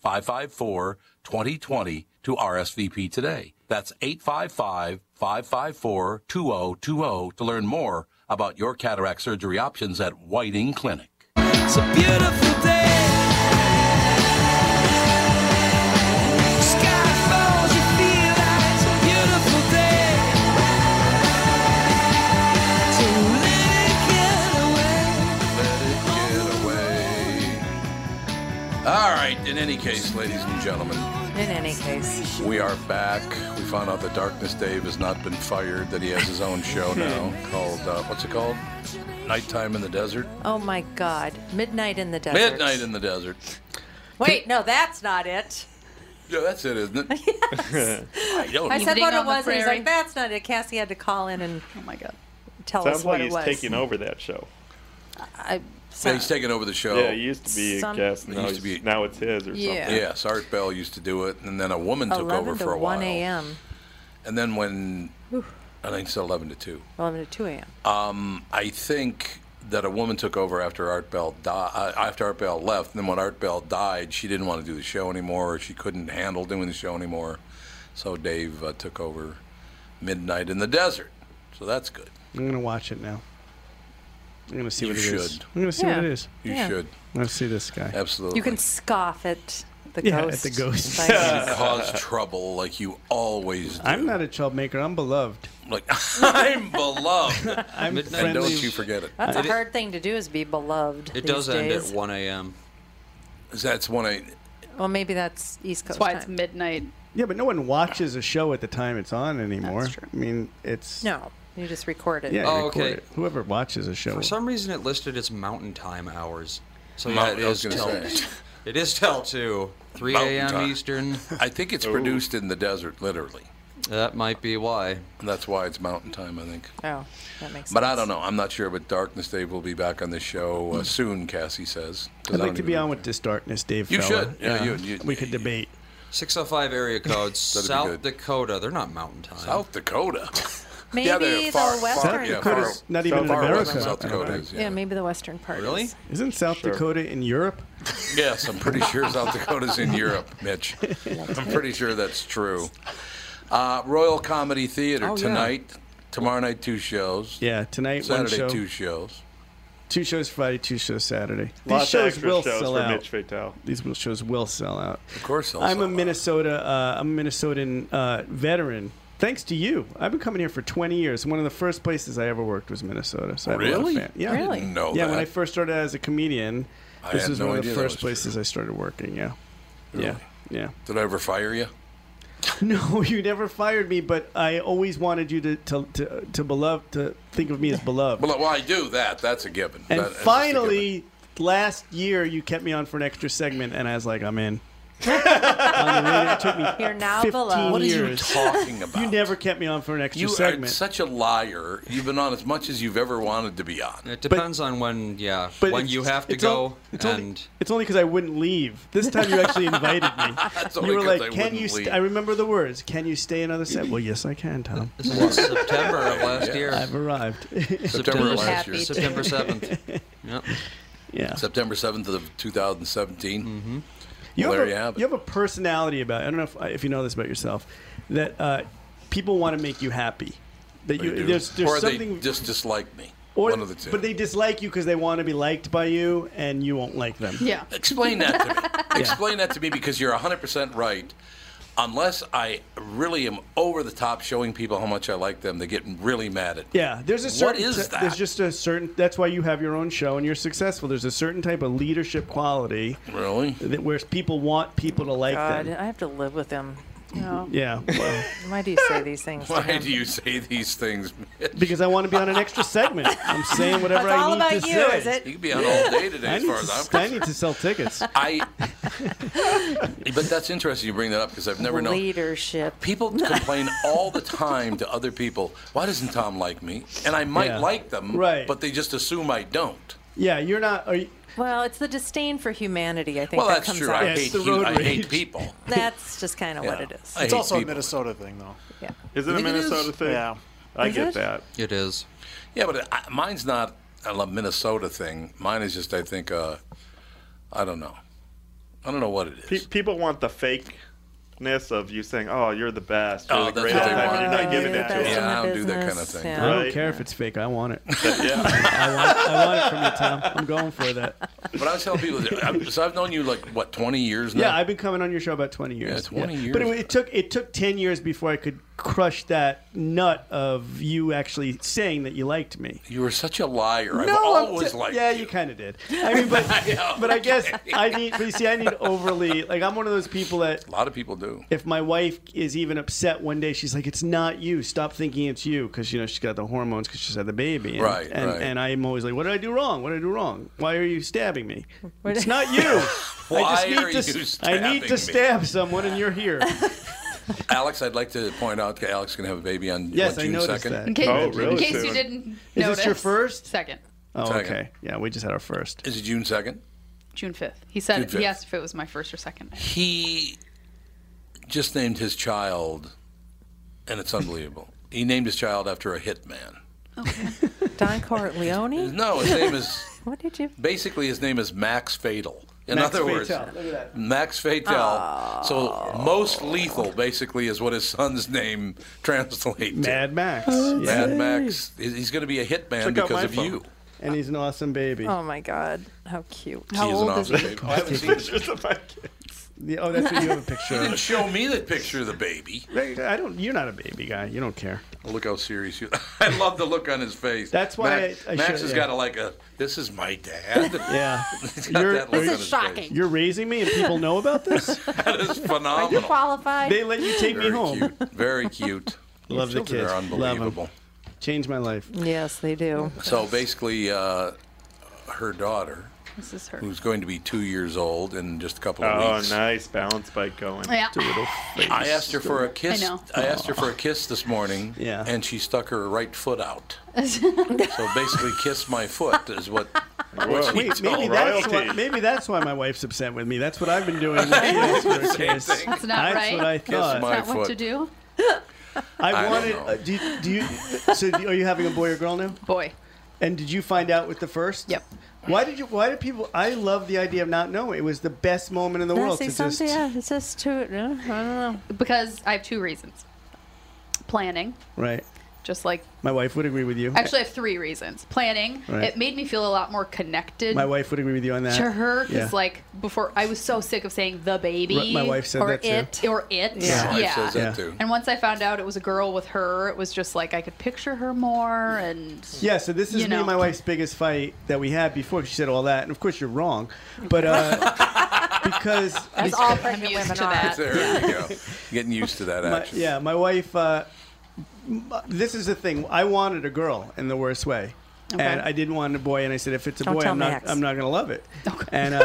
[SPEAKER 1] 554 2020 to RSVP today. That's 855 554 2020 to learn more about your cataract surgery options at Whiting Clinic.
[SPEAKER 10] It's a beautiful day. Sky falls, you feel that it's a beautiful day. To let it get away.
[SPEAKER 1] Let it get away. Yes, ladies and gentlemen,
[SPEAKER 2] In any case,
[SPEAKER 1] we are back. We found out that Darkness Dave has not been fired, that he has his own show now called, uh, what's it called? Nighttime in the Desert?
[SPEAKER 2] oh my God, midnight in the desert.
[SPEAKER 1] Midnight in the Desert.
[SPEAKER 2] Wait, no, that's not it.
[SPEAKER 1] Yeah, that's it, isn't it? I don't
[SPEAKER 2] I said
[SPEAKER 11] Evening
[SPEAKER 2] what
[SPEAKER 11] on
[SPEAKER 2] it
[SPEAKER 11] the
[SPEAKER 2] was, and he's
[SPEAKER 11] prairie.
[SPEAKER 2] like, "That's not it." Cassie had to call in and oh my God, tell us
[SPEAKER 7] Sounds
[SPEAKER 2] what
[SPEAKER 7] like he's
[SPEAKER 2] it was.
[SPEAKER 7] taking over that show.
[SPEAKER 2] I,
[SPEAKER 1] Yeah, he's taking over the show.
[SPEAKER 7] Yeah, he used to be a
[SPEAKER 2] Some-
[SPEAKER 7] guest.
[SPEAKER 1] He
[SPEAKER 7] Now,
[SPEAKER 1] used to
[SPEAKER 7] he's-
[SPEAKER 1] be-
[SPEAKER 7] now it's his or
[SPEAKER 2] Yeah.
[SPEAKER 7] something.
[SPEAKER 1] Yes, Art Bell used to do it, and then a woman took over
[SPEAKER 2] Eleven
[SPEAKER 1] for
[SPEAKER 2] to
[SPEAKER 1] a while.
[SPEAKER 2] one a.m.
[SPEAKER 1] And then when,
[SPEAKER 2] Whew.
[SPEAKER 1] I think it's 11 to 2.
[SPEAKER 2] Eleven to two a.m.
[SPEAKER 1] Um, I think that a woman took over after Art Bell died. Uh, after Art Bell left, and then when Art Bell died, she didn't want to do the show anymore. Or she couldn't handle doing the show anymore, so Dave uh, took over Midnight in the Desert. So that's good.
[SPEAKER 4] I'm gonna watch it now. I'm gonna see
[SPEAKER 1] You
[SPEAKER 4] what it is.
[SPEAKER 1] should.
[SPEAKER 4] I'm gonna see what
[SPEAKER 2] Yeah.
[SPEAKER 4] it is.
[SPEAKER 1] You
[SPEAKER 2] Yeah.
[SPEAKER 1] should
[SPEAKER 4] Let's see this guy.
[SPEAKER 1] absolutely.
[SPEAKER 2] You can scoff at the
[SPEAKER 4] Yeah,
[SPEAKER 2] ghost.
[SPEAKER 4] at the ghost.
[SPEAKER 2] Like,
[SPEAKER 1] You cause trouble like you always do.
[SPEAKER 4] I'm not a troublemaker. I'm beloved.
[SPEAKER 1] like I'm beloved,
[SPEAKER 4] I'm
[SPEAKER 6] Midnight
[SPEAKER 1] and
[SPEAKER 4] friendly.
[SPEAKER 1] don't you forget it.
[SPEAKER 2] that's a
[SPEAKER 6] It-
[SPEAKER 2] hard thing to do is be beloved.
[SPEAKER 6] It
[SPEAKER 2] these
[SPEAKER 6] does end
[SPEAKER 2] days.
[SPEAKER 6] at 1 a.m.
[SPEAKER 1] That's when I.
[SPEAKER 2] Well, maybe that's East
[SPEAKER 11] That's
[SPEAKER 2] Coast
[SPEAKER 11] why it's
[SPEAKER 2] time.
[SPEAKER 11] midnight.
[SPEAKER 4] Yeah, but no one watches a show at the time it's on anymore.
[SPEAKER 11] That's true.
[SPEAKER 4] I mean, it's
[SPEAKER 2] no, you just record it.
[SPEAKER 4] Yeah,
[SPEAKER 6] Oh,
[SPEAKER 4] record
[SPEAKER 6] okay.
[SPEAKER 4] it. Whoever watches a show.
[SPEAKER 6] For some reason, it listed its Mountain Time hours. So yeah,
[SPEAKER 1] Mountain-
[SPEAKER 6] it
[SPEAKER 1] I was
[SPEAKER 6] is
[SPEAKER 1] gonna
[SPEAKER 6] till
[SPEAKER 1] say.
[SPEAKER 6] it is till two, 3
[SPEAKER 1] Mountain
[SPEAKER 6] a.m.
[SPEAKER 1] time.
[SPEAKER 6] Eastern.
[SPEAKER 1] I think it's produced in the desert, literally.
[SPEAKER 6] That might be why.
[SPEAKER 1] And that's why it's mountain time, I think.
[SPEAKER 2] Oh, that makes sense.
[SPEAKER 1] But I don't know. I'm not sure. But Darkness Dave will be back on this show uh, soon. Cassie says. 'Cause I
[SPEAKER 4] Hmm. I'd like
[SPEAKER 1] don't
[SPEAKER 4] to
[SPEAKER 1] even
[SPEAKER 4] be
[SPEAKER 1] know.
[SPEAKER 4] on with this darkness, Dave.
[SPEAKER 1] You
[SPEAKER 4] fella.
[SPEAKER 1] should. Yeah, you- you-
[SPEAKER 4] we could
[SPEAKER 1] you-
[SPEAKER 4] debate.
[SPEAKER 6] 605 area codes,
[SPEAKER 1] That'd be good.
[SPEAKER 6] South Dakota. They're not Mountain Time.
[SPEAKER 1] South Dakota.
[SPEAKER 2] Maybe
[SPEAKER 1] yeah, they're far,
[SPEAKER 2] the
[SPEAKER 1] far-
[SPEAKER 2] Western
[SPEAKER 1] yeah,
[SPEAKER 2] part.
[SPEAKER 1] far-
[SPEAKER 4] Dakota's not even
[SPEAKER 1] far
[SPEAKER 4] in
[SPEAKER 1] west
[SPEAKER 4] America.
[SPEAKER 1] of South Dakota
[SPEAKER 4] Yeah.
[SPEAKER 1] is.
[SPEAKER 2] Yeah.
[SPEAKER 1] Yeah.
[SPEAKER 2] maybe the Western part.
[SPEAKER 6] Really?
[SPEAKER 2] Is.
[SPEAKER 4] Isn't South Dakota in Europe?
[SPEAKER 1] Yes, I'm pretty sure South Dakota's in Europe, Mitch. I'm pretty sure that's true. Uh, Royal Comedy Theater
[SPEAKER 6] Oh, yeah.
[SPEAKER 1] tonight. Tomorrow night, two shows.
[SPEAKER 4] Yeah, tonight
[SPEAKER 1] Saturday,
[SPEAKER 4] one show,
[SPEAKER 1] two shows.
[SPEAKER 4] two shows Friday, two shows Saturday.
[SPEAKER 7] Lots
[SPEAKER 4] These
[SPEAKER 7] of
[SPEAKER 4] shows
[SPEAKER 7] extra
[SPEAKER 4] will
[SPEAKER 7] shows
[SPEAKER 4] sell
[SPEAKER 7] for
[SPEAKER 4] out.
[SPEAKER 7] Mitch Fatal.
[SPEAKER 4] These will- shows will sell out.
[SPEAKER 1] Of course, they'll
[SPEAKER 4] I'm
[SPEAKER 1] sell
[SPEAKER 4] a
[SPEAKER 1] out.
[SPEAKER 4] Minnesota. Uh, I'm a Minnesotan uh, veteran. Thanks to you, I've been coming here for 20 years. One of the first places I ever worked was Minnesota. So I have a lot of
[SPEAKER 1] Really?
[SPEAKER 4] fan- Yeah.
[SPEAKER 1] I
[SPEAKER 2] Really?
[SPEAKER 1] didn't know
[SPEAKER 4] Yeah.
[SPEAKER 1] that.
[SPEAKER 4] When I first started as a comedian,
[SPEAKER 1] I
[SPEAKER 4] this
[SPEAKER 1] had
[SPEAKER 4] was
[SPEAKER 1] no
[SPEAKER 4] one of the
[SPEAKER 1] idea that
[SPEAKER 4] first
[SPEAKER 1] was
[SPEAKER 4] places I started working. Yeah. Yeah. Yeah.
[SPEAKER 1] Did I ever fire you?
[SPEAKER 4] No, you never fired me, but I always wanted you to to to, to beloved to think of me as beloved.
[SPEAKER 1] Well, well, I do that. That's a given.
[SPEAKER 4] and
[SPEAKER 1] That- that's just a given.
[SPEAKER 4] finally, last year you kept me on for an extra segment, and I was like, I'm in. on the radio, it took me
[SPEAKER 2] You're now
[SPEAKER 4] 15
[SPEAKER 2] below.
[SPEAKER 4] What
[SPEAKER 1] what are you
[SPEAKER 4] years.
[SPEAKER 1] talking about?
[SPEAKER 4] You never kept me on for an extra
[SPEAKER 1] You are
[SPEAKER 4] segment.
[SPEAKER 1] such a liar. You've been on as much as you've ever wanted to be on.
[SPEAKER 6] It depends on when, yeah,
[SPEAKER 4] But
[SPEAKER 6] when
[SPEAKER 4] it's-
[SPEAKER 6] you have to
[SPEAKER 4] it's all-
[SPEAKER 6] go
[SPEAKER 4] it's only-
[SPEAKER 6] and
[SPEAKER 4] it's only because I wouldn't leave. This time you actually invited me.
[SPEAKER 1] only
[SPEAKER 4] you were
[SPEAKER 1] 'cause
[SPEAKER 4] like,
[SPEAKER 1] I
[SPEAKER 4] "Can you?"
[SPEAKER 1] wouldn't
[SPEAKER 4] St-?
[SPEAKER 1] leave."
[SPEAKER 4] I remember the words. Can you stay another set? Well, yes, I can, Tom.
[SPEAKER 6] this is September of last
[SPEAKER 1] Yeah.
[SPEAKER 6] year.
[SPEAKER 4] I've arrived.
[SPEAKER 1] September
[SPEAKER 6] September,
[SPEAKER 1] of last
[SPEAKER 2] Happy
[SPEAKER 1] year.
[SPEAKER 2] to-
[SPEAKER 6] September 7th. Yep.
[SPEAKER 4] yeah.
[SPEAKER 1] September 7th of 2017.
[SPEAKER 4] You
[SPEAKER 1] Well, there
[SPEAKER 4] have, a,
[SPEAKER 1] you have it.
[SPEAKER 4] have a personality about. I don't know if, if you know this about yourself, that uh, people want to make you happy. That
[SPEAKER 1] They
[SPEAKER 4] you
[SPEAKER 1] do.
[SPEAKER 4] there's there's
[SPEAKER 1] or
[SPEAKER 4] something
[SPEAKER 1] they just dislike me.
[SPEAKER 4] or-
[SPEAKER 1] One of the two.
[SPEAKER 4] But they dislike you because they want to be liked by you, and you won't like them.
[SPEAKER 11] Yeah.
[SPEAKER 1] Explain that to me. Explain that to me because you're 100% right. Unless I really am over the top showing people how much I like them, they get really mad at me.
[SPEAKER 4] Yeah, there's a certain.
[SPEAKER 1] is that?
[SPEAKER 4] There's just a certain. That's why you have your own show and you're successful. There's a certain type of leadership quality
[SPEAKER 1] Really?
[SPEAKER 4] that where people want people to like
[SPEAKER 2] God,
[SPEAKER 4] them.
[SPEAKER 2] I have to live with him.
[SPEAKER 11] No.
[SPEAKER 4] Yeah, well,
[SPEAKER 2] Why do you say these things? to
[SPEAKER 1] Why
[SPEAKER 2] him?
[SPEAKER 1] do you say these things, Mitch?
[SPEAKER 4] because I want to be on an extra segment. I'm saying whatever
[SPEAKER 2] It's
[SPEAKER 4] I
[SPEAKER 2] all
[SPEAKER 4] need
[SPEAKER 2] about
[SPEAKER 4] to
[SPEAKER 2] you,
[SPEAKER 4] say.
[SPEAKER 2] is it?
[SPEAKER 1] You could be on all day today,
[SPEAKER 4] I
[SPEAKER 1] as
[SPEAKER 4] need,
[SPEAKER 1] far
[SPEAKER 4] to,
[SPEAKER 1] as I'm
[SPEAKER 4] s-
[SPEAKER 1] concerned.
[SPEAKER 4] I need to sell tickets.
[SPEAKER 1] I. but that's interesting you bring that up because I've never known.
[SPEAKER 2] Leadership.
[SPEAKER 1] People complain all the time to other people. Why doesn't Tom like me? And I might
[SPEAKER 4] Yeah.
[SPEAKER 1] like them,
[SPEAKER 4] Right.
[SPEAKER 1] but they just assume I don't.
[SPEAKER 4] Yeah, you're not. Are you,
[SPEAKER 2] Well, it's the disdain for humanity. I think
[SPEAKER 1] Well,
[SPEAKER 2] that
[SPEAKER 1] that's
[SPEAKER 2] comes
[SPEAKER 1] true.
[SPEAKER 2] out.
[SPEAKER 1] I
[SPEAKER 4] Yeah, it's
[SPEAKER 1] hate
[SPEAKER 4] the
[SPEAKER 1] you.
[SPEAKER 4] road
[SPEAKER 1] I hate
[SPEAKER 4] rage.
[SPEAKER 1] people.
[SPEAKER 2] That's just kind of what
[SPEAKER 1] Yeah.
[SPEAKER 2] it is.
[SPEAKER 1] I hate
[SPEAKER 3] It's also a
[SPEAKER 1] people.
[SPEAKER 3] Minnesota thing, though.
[SPEAKER 2] Yeah.
[SPEAKER 7] Is it a
[SPEAKER 1] think it
[SPEAKER 7] Minnesota
[SPEAKER 1] is?
[SPEAKER 7] thing?
[SPEAKER 3] Yeah.
[SPEAKER 7] I
[SPEAKER 2] Is
[SPEAKER 7] get
[SPEAKER 2] it?
[SPEAKER 7] that.
[SPEAKER 6] It is.
[SPEAKER 1] Yeah, but I, mine's not a La- Minnesota thing. Mine is just I think uh, I don't know. I don't know what it is.
[SPEAKER 7] Pe- people want the fakeness of you saying, "Oh, you're the best, you're
[SPEAKER 1] Oh,
[SPEAKER 7] the
[SPEAKER 1] that's
[SPEAKER 7] greatest,"
[SPEAKER 1] what they
[SPEAKER 7] and
[SPEAKER 1] want.
[SPEAKER 7] you're not giving
[SPEAKER 2] yeah,
[SPEAKER 7] it to
[SPEAKER 2] that's
[SPEAKER 7] them.
[SPEAKER 1] Yeah,
[SPEAKER 2] in
[SPEAKER 1] I
[SPEAKER 2] the
[SPEAKER 1] don't do that
[SPEAKER 2] business,
[SPEAKER 1] kinda thing.
[SPEAKER 4] I
[SPEAKER 2] yeah.
[SPEAKER 4] don't
[SPEAKER 7] Right.
[SPEAKER 4] care if it's fake. I want it.
[SPEAKER 7] Yeah.
[SPEAKER 4] I want I want it from you, Tom. I'm going for that.
[SPEAKER 1] But I was telling people, that- I'm- so I've known you like what 20 years now.
[SPEAKER 4] Yeah, I've been coming on your show about 20 years.
[SPEAKER 1] Yeah, 20
[SPEAKER 4] But
[SPEAKER 1] years.
[SPEAKER 4] it, it took it took 10 years before I could crush that nut of you actually saying that you liked me.
[SPEAKER 1] You were such a liar. I've
[SPEAKER 4] No, I'm
[SPEAKER 1] always
[SPEAKER 4] t-
[SPEAKER 1] liked
[SPEAKER 4] yeah, you kind of did. I mean, but but I guess I need. But you see, I need overly. Like I'm one of those people that
[SPEAKER 1] a lot of people do.
[SPEAKER 4] if my wife is even upset one day, she's like, "It's not you. Stop thinking it's you," because you know she's got the hormones because she's had the baby. And,
[SPEAKER 1] Right,
[SPEAKER 4] and,
[SPEAKER 1] right.
[SPEAKER 4] And I'm always like, "What did I do wrong? What did I do wrong? Why are you stabbing me? It's not you."
[SPEAKER 1] Why
[SPEAKER 4] I just need
[SPEAKER 1] are
[SPEAKER 4] to,
[SPEAKER 1] you
[SPEAKER 4] s- I need
[SPEAKER 1] stabbing
[SPEAKER 4] to
[SPEAKER 1] me?
[SPEAKER 4] stab someone, and you're here.
[SPEAKER 1] Alex, I'd like to point out that Alex is going to have a baby on
[SPEAKER 4] Yes,
[SPEAKER 1] what,
[SPEAKER 4] I
[SPEAKER 1] June
[SPEAKER 4] noticed
[SPEAKER 1] 2nd.
[SPEAKER 4] that.
[SPEAKER 11] In case,
[SPEAKER 1] Oh,
[SPEAKER 11] in
[SPEAKER 1] really?
[SPEAKER 11] case you
[SPEAKER 1] Soon.
[SPEAKER 11] didn't
[SPEAKER 4] Is
[SPEAKER 11] notice.
[SPEAKER 4] this your first?
[SPEAKER 11] Second.
[SPEAKER 4] Oh,
[SPEAKER 1] Second.
[SPEAKER 4] okay. Yeah, we just had our first.
[SPEAKER 1] Is it June 2nd?
[SPEAKER 11] June 5th. He said,
[SPEAKER 1] June 5th.
[SPEAKER 11] he asked if it was my first or second.
[SPEAKER 1] He just named his child, and it's unbelievable. he named his child after a hitman.
[SPEAKER 2] Don Corleone?
[SPEAKER 1] No, his name is
[SPEAKER 2] What did you?
[SPEAKER 1] basically his name is Max Fatal. In
[SPEAKER 2] Max
[SPEAKER 1] other words,
[SPEAKER 2] Fatal. Look at that.
[SPEAKER 1] Max Fatal. So most lethal basically is what his son's name translates.
[SPEAKER 4] Mad Max.
[SPEAKER 11] Oh,
[SPEAKER 1] Mad Max. He- He's going to be a hitman
[SPEAKER 4] Check out
[SPEAKER 1] because
[SPEAKER 4] my
[SPEAKER 1] of
[SPEAKER 4] phone.
[SPEAKER 1] you.
[SPEAKER 4] And he's an awesome baby.
[SPEAKER 2] Oh my God, how cute!
[SPEAKER 1] She is an awesome baby. Oh, I haven't seen this.
[SPEAKER 4] The- oh, that's what you have a picture
[SPEAKER 1] You didn't
[SPEAKER 4] of.
[SPEAKER 1] show me the picture of the baby.
[SPEAKER 4] I don't. You're not a baby guy. You don't care.
[SPEAKER 1] Look how serious you. I love the look on his face.
[SPEAKER 4] That's why
[SPEAKER 1] Max,
[SPEAKER 4] I- I
[SPEAKER 1] Max
[SPEAKER 4] should-
[SPEAKER 1] has
[SPEAKER 4] yeah.
[SPEAKER 1] got a, like a. This is my dad.
[SPEAKER 4] Yeah.
[SPEAKER 1] He's got that look on his face.
[SPEAKER 4] You're raising me, and people know about this.
[SPEAKER 1] That is phenomenal.
[SPEAKER 2] qualified?
[SPEAKER 4] They let you take me
[SPEAKER 1] Very
[SPEAKER 4] home.
[SPEAKER 1] Cute. Very cute.
[SPEAKER 4] Love the
[SPEAKER 1] Your children
[SPEAKER 4] kids.
[SPEAKER 1] Are
[SPEAKER 4] Love 'em.
[SPEAKER 1] unbelievable.
[SPEAKER 4] Change my life.
[SPEAKER 2] Yes, they do.
[SPEAKER 1] So basically, uh, her daughter,
[SPEAKER 11] This is her.
[SPEAKER 1] who's going to be two years old in just a couple of
[SPEAKER 7] Oh,
[SPEAKER 1] weeks.
[SPEAKER 7] nice balance bike going.
[SPEAKER 11] Yeah.
[SPEAKER 1] I asked her for a kiss.
[SPEAKER 11] I know.
[SPEAKER 1] asked her for a kiss this morning,
[SPEAKER 4] Yeah.
[SPEAKER 1] and she stuck her right foot out. So basically, kiss my foot is what. what she
[SPEAKER 4] Wait,
[SPEAKER 1] told
[SPEAKER 4] maybe
[SPEAKER 1] me.
[SPEAKER 4] that's
[SPEAKER 7] royalty.
[SPEAKER 4] why. Maybe that's why my wife's upset with me. That's what I've been doing. with the Whisper case.
[SPEAKER 1] thing.
[SPEAKER 11] That's not
[SPEAKER 4] That's
[SPEAKER 11] right.
[SPEAKER 4] what I
[SPEAKER 11] Is
[SPEAKER 1] Kiss
[SPEAKER 4] thought.
[SPEAKER 1] my
[SPEAKER 11] that what
[SPEAKER 1] foot.
[SPEAKER 11] to do?
[SPEAKER 1] I
[SPEAKER 4] I
[SPEAKER 1] don't
[SPEAKER 4] wanted.
[SPEAKER 1] know.
[SPEAKER 4] Uh, do, you, do you? So, do, are you having a boy or girl now?
[SPEAKER 11] Boy.
[SPEAKER 4] And did you find out with the first?
[SPEAKER 11] Yep.
[SPEAKER 4] Why did you? Why did people? I love the idea of not knowing. It was the best moment in the world
[SPEAKER 2] That's
[SPEAKER 4] to just.
[SPEAKER 2] something. Yeah, it's just too. no, uh, I don't know.
[SPEAKER 11] Because I have two reasons planning,
[SPEAKER 4] Right.
[SPEAKER 11] just like
[SPEAKER 4] My wife would agree with you.
[SPEAKER 11] Actually, I have three reasons. Planning.
[SPEAKER 4] Right.
[SPEAKER 11] It made me feel a lot more connected
[SPEAKER 4] my wife would agree with you on that.
[SPEAKER 11] to her because,
[SPEAKER 4] Yeah.
[SPEAKER 11] like, before I was so sick of saying the baby.
[SPEAKER 4] Right, my wife said
[SPEAKER 11] or
[SPEAKER 4] that too.
[SPEAKER 11] it or it.
[SPEAKER 1] My
[SPEAKER 11] Yeah.
[SPEAKER 1] wife says that too.
[SPEAKER 11] And once I found out it was a girl with her, it was just like I could picture her more and
[SPEAKER 4] Yeah, so this
[SPEAKER 11] you
[SPEAKER 4] is me
[SPEAKER 11] know.
[SPEAKER 4] and my wife's biggest fight that we had before. 'cause She said all that, and of course you're wrong, but uh, because
[SPEAKER 2] That's all
[SPEAKER 11] I'm
[SPEAKER 2] pregnant
[SPEAKER 11] used
[SPEAKER 2] women
[SPEAKER 11] to
[SPEAKER 2] are.
[SPEAKER 11] that.
[SPEAKER 1] There you go. Getting used to that
[SPEAKER 4] my,
[SPEAKER 1] action.
[SPEAKER 4] yeah, my wife. Uh, m- this is the thing. I wanted a girl in the worst way,
[SPEAKER 11] Okay.
[SPEAKER 4] and I didn't want a boy. And I said, if it's a
[SPEAKER 2] Don't
[SPEAKER 4] boy,
[SPEAKER 2] tell
[SPEAKER 4] I'm not.
[SPEAKER 2] Max.
[SPEAKER 4] I'm not gonna love it. And uh,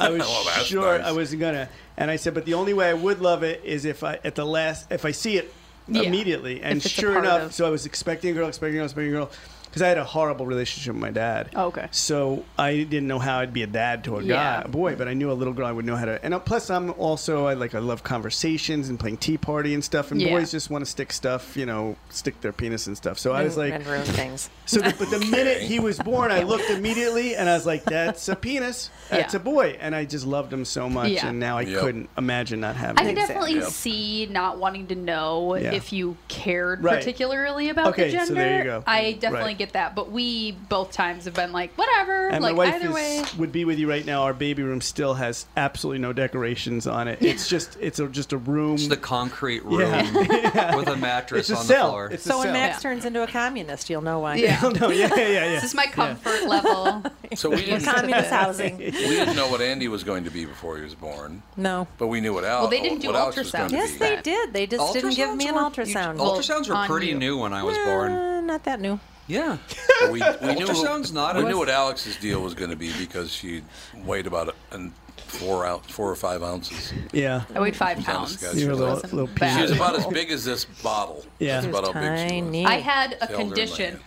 [SPEAKER 4] I was
[SPEAKER 1] Well, that's
[SPEAKER 4] sure
[SPEAKER 1] nice.
[SPEAKER 4] I wasn't gonna. And I said, but the only way I would love it is if I at the last if I see it
[SPEAKER 11] Yeah.
[SPEAKER 4] immediately. And
[SPEAKER 11] If it's a
[SPEAKER 4] sure
[SPEAKER 11] part
[SPEAKER 4] enough,
[SPEAKER 11] of-
[SPEAKER 4] so I was expecting a girl, expecting a girl, expecting a girl. Because I had a horrible relationship with my dad.
[SPEAKER 11] Oh, okay.
[SPEAKER 4] So I didn't know how I'd be a dad to a
[SPEAKER 11] Yeah.
[SPEAKER 4] guy, a boy, but I knew a little girl I would know how to. And uh, plus, I'm also I like I love conversations and playing tea party and stuff. And
[SPEAKER 11] Yeah.
[SPEAKER 4] boys just want to stick stuff, you know, stick their penis and stuff. So I was like,
[SPEAKER 2] and ruin things.
[SPEAKER 4] so, the, but the minute he was born, I looked immediately and I was like, that's a penis, that's
[SPEAKER 11] Yeah.
[SPEAKER 4] a boy, and I just loved him so much.
[SPEAKER 11] Yeah.
[SPEAKER 4] And now I
[SPEAKER 1] Yep.
[SPEAKER 4] couldn't imagine not having.
[SPEAKER 11] I can
[SPEAKER 4] him.
[SPEAKER 11] definitely
[SPEAKER 1] Yeah.
[SPEAKER 11] see not wanting to know
[SPEAKER 4] Yeah.
[SPEAKER 11] if you cared
[SPEAKER 4] Right.
[SPEAKER 11] particularly about
[SPEAKER 4] Okay,
[SPEAKER 11] the gender.
[SPEAKER 4] so there you go.
[SPEAKER 11] I definitely
[SPEAKER 4] Right.
[SPEAKER 11] get that, but we both times have been like, whatever,
[SPEAKER 4] And
[SPEAKER 11] like
[SPEAKER 4] my wife
[SPEAKER 11] either
[SPEAKER 4] is,
[SPEAKER 11] way.
[SPEAKER 4] would be with you right now. Our baby room still has absolutely no decorations on it. It's just it's a, just a room.
[SPEAKER 6] It's the concrete room
[SPEAKER 4] Mm. Yeah.
[SPEAKER 6] with a mattress
[SPEAKER 4] It's a
[SPEAKER 6] on
[SPEAKER 4] cell.
[SPEAKER 6] the floor.
[SPEAKER 4] It's a
[SPEAKER 2] So when
[SPEAKER 4] cell.
[SPEAKER 2] Max
[SPEAKER 11] Yeah.
[SPEAKER 2] turns into a communist, you'll know why.
[SPEAKER 11] Yeah.
[SPEAKER 4] Oh, no, yeah, yeah, yeah.
[SPEAKER 11] This is my comfort level.
[SPEAKER 1] So we didn't,
[SPEAKER 2] Communist housing.
[SPEAKER 1] we didn't know what Andy was going to be before he was born,
[SPEAKER 2] No.
[SPEAKER 1] but we knew what Al.
[SPEAKER 11] Well, they didn't do
[SPEAKER 1] what Alex was
[SPEAKER 11] ultrasound.
[SPEAKER 1] going to
[SPEAKER 2] Yes,
[SPEAKER 1] be.
[SPEAKER 2] they did. They just didn't give me an
[SPEAKER 6] Ultrasounds were- you-
[SPEAKER 2] ultrasound.
[SPEAKER 6] ultrasounds were
[SPEAKER 11] on
[SPEAKER 6] pretty
[SPEAKER 11] you.
[SPEAKER 6] new when I was born.
[SPEAKER 2] Uh, not that new.
[SPEAKER 6] Yeah.
[SPEAKER 1] we, we knew,
[SPEAKER 6] Ultrasound's not
[SPEAKER 1] we
[SPEAKER 6] a-
[SPEAKER 1] knew what Alex's deal was going to be because she weighed about a, an four out four or five ounces.
[SPEAKER 4] yeah.
[SPEAKER 11] I weighed five pounds.
[SPEAKER 1] Sounds good.
[SPEAKER 11] which
[SPEAKER 1] You're a
[SPEAKER 4] little-
[SPEAKER 11] wasn't
[SPEAKER 4] little
[SPEAKER 11] bad.
[SPEAKER 1] She was about as big as this bottle.
[SPEAKER 4] Yeah.
[SPEAKER 1] That's
[SPEAKER 4] She
[SPEAKER 1] about how big she was.
[SPEAKER 2] Tiny.
[SPEAKER 11] I had a
[SPEAKER 1] She held her in my
[SPEAKER 11] condition.
[SPEAKER 1] hand.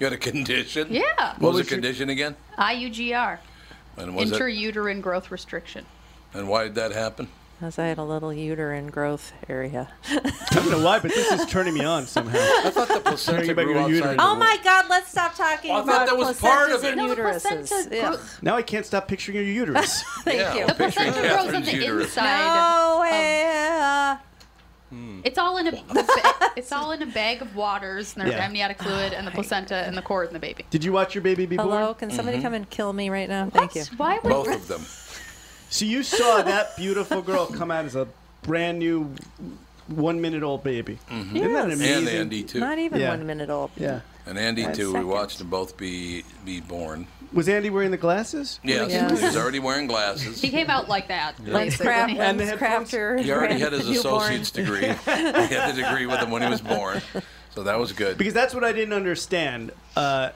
[SPEAKER 1] You had a condition.
[SPEAKER 11] Yeah.
[SPEAKER 1] What,
[SPEAKER 11] What
[SPEAKER 1] was,
[SPEAKER 4] was
[SPEAKER 1] the
[SPEAKER 4] your-
[SPEAKER 1] condition again?
[SPEAKER 11] IUGR,
[SPEAKER 1] And was it?
[SPEAKER 11] intrauterine growth restriction.
[SPEAKER 1] And why did that happen?
[SPEAKER 2] Because I had a little uterine growth area.
[SPEAKER 4] I don't know why, but this is turning me on somehow.
[SPEAKER 1] I thought the placenta
[SPEAKER 4] Talking about
[SPEAKER 1] grew
[SPEAKER 4] your
[SPEAKER 1] outside.
[SPEAKER 4] uterus.
[SPEAKER 1] the
[SPEAKER 2] Oh
[SPEAKER 1] womb.
[SPEAKER 2] my God! Let's stop talking
[SPEAKER 1] Well, I thought
[SPEAKER 2] about
[SPEAKER 1] that was
[SPEAKER 2] placentas
[SPEAKER 1] part of
[SPEAKER 2] and
[SPEAKER 1] it.
[SPEAKER 11] No, the
[SPEAKER 2] uteruses.
[SPEAKER 11] placenta
[SPEAKER 2] Ugh.
[SPEAKER 11] grew-
[SPEAKER 4] Now I can't stop picturing your uterus.
[SPEAKER 2] Thank
[SPEAKER 1] yeah,
[SPEAKER 2] you.
[SPEAKER 1] I'm picturing
[SPEAKER 11] Placenta grows on
[SPEAKER 1] Catherine's
[SPEAKER 11] the
[SPEAKER 1] uterus.
[SPEAKER 11] inside.
[SPEAKER 2] No, eh,
[SPEAKER 11] It's all in a it's all in a bag of waters, and there's
[SPEAKER 4] Yeah.
[SPEAKER 11] amniotic fluid, and the placenta, and the cord, and the baby.
[SPEAKER 4] Did you watch your baby be born?
[SPEAKER 2] Hello, can somebody come and kill me right now? Thank you.
[SPEAKER 11] Why would
[SPEAKER 4] Both
[SPEAKER 1] of them.
[SPEAKER 4] So you saw that beautiful girl come out as a brand new, one minute old baby. Isn't that
[SPEAKER 1] Yes.
[SPEAKER 4] amazing?
[SPEAKER 1] Mm-hmm. And Andy, too. Not
[SPEAKER 2] even
[SPEAKER 4] Yeah.
[SPEAKER 2] one minute old.
[SPEAKER 4] Yeah.
[SPEAKER 1] And Andy
[SPEAKER 4] Five
[SPEAKER 1] too. We
[SPEAKER 4] seconds.
[SPEAKER 1] watched them both be be born.
[SPEAKER 4] Was Andy wearing the glasses?
[SPEAKER 1] Yes,
[SPEAKER 11] Yeah.
[SPEAKER 1] he was already wearing glasses.
[SPEAKER 11] He came out like that.
[SPEAKER 1] Yeah. Like
[SPEAKER 11] basically.
[SPEAKER 2] Crap, and crafter.
[SPEAKER 1] He already had his
[SPEAKER 2] Newborn.
[SPEAKER 1] associate's degree. he had the degree with him when he was born, so that was good.
[SPEAKER 4] Because that's what I didn't understand. Uh,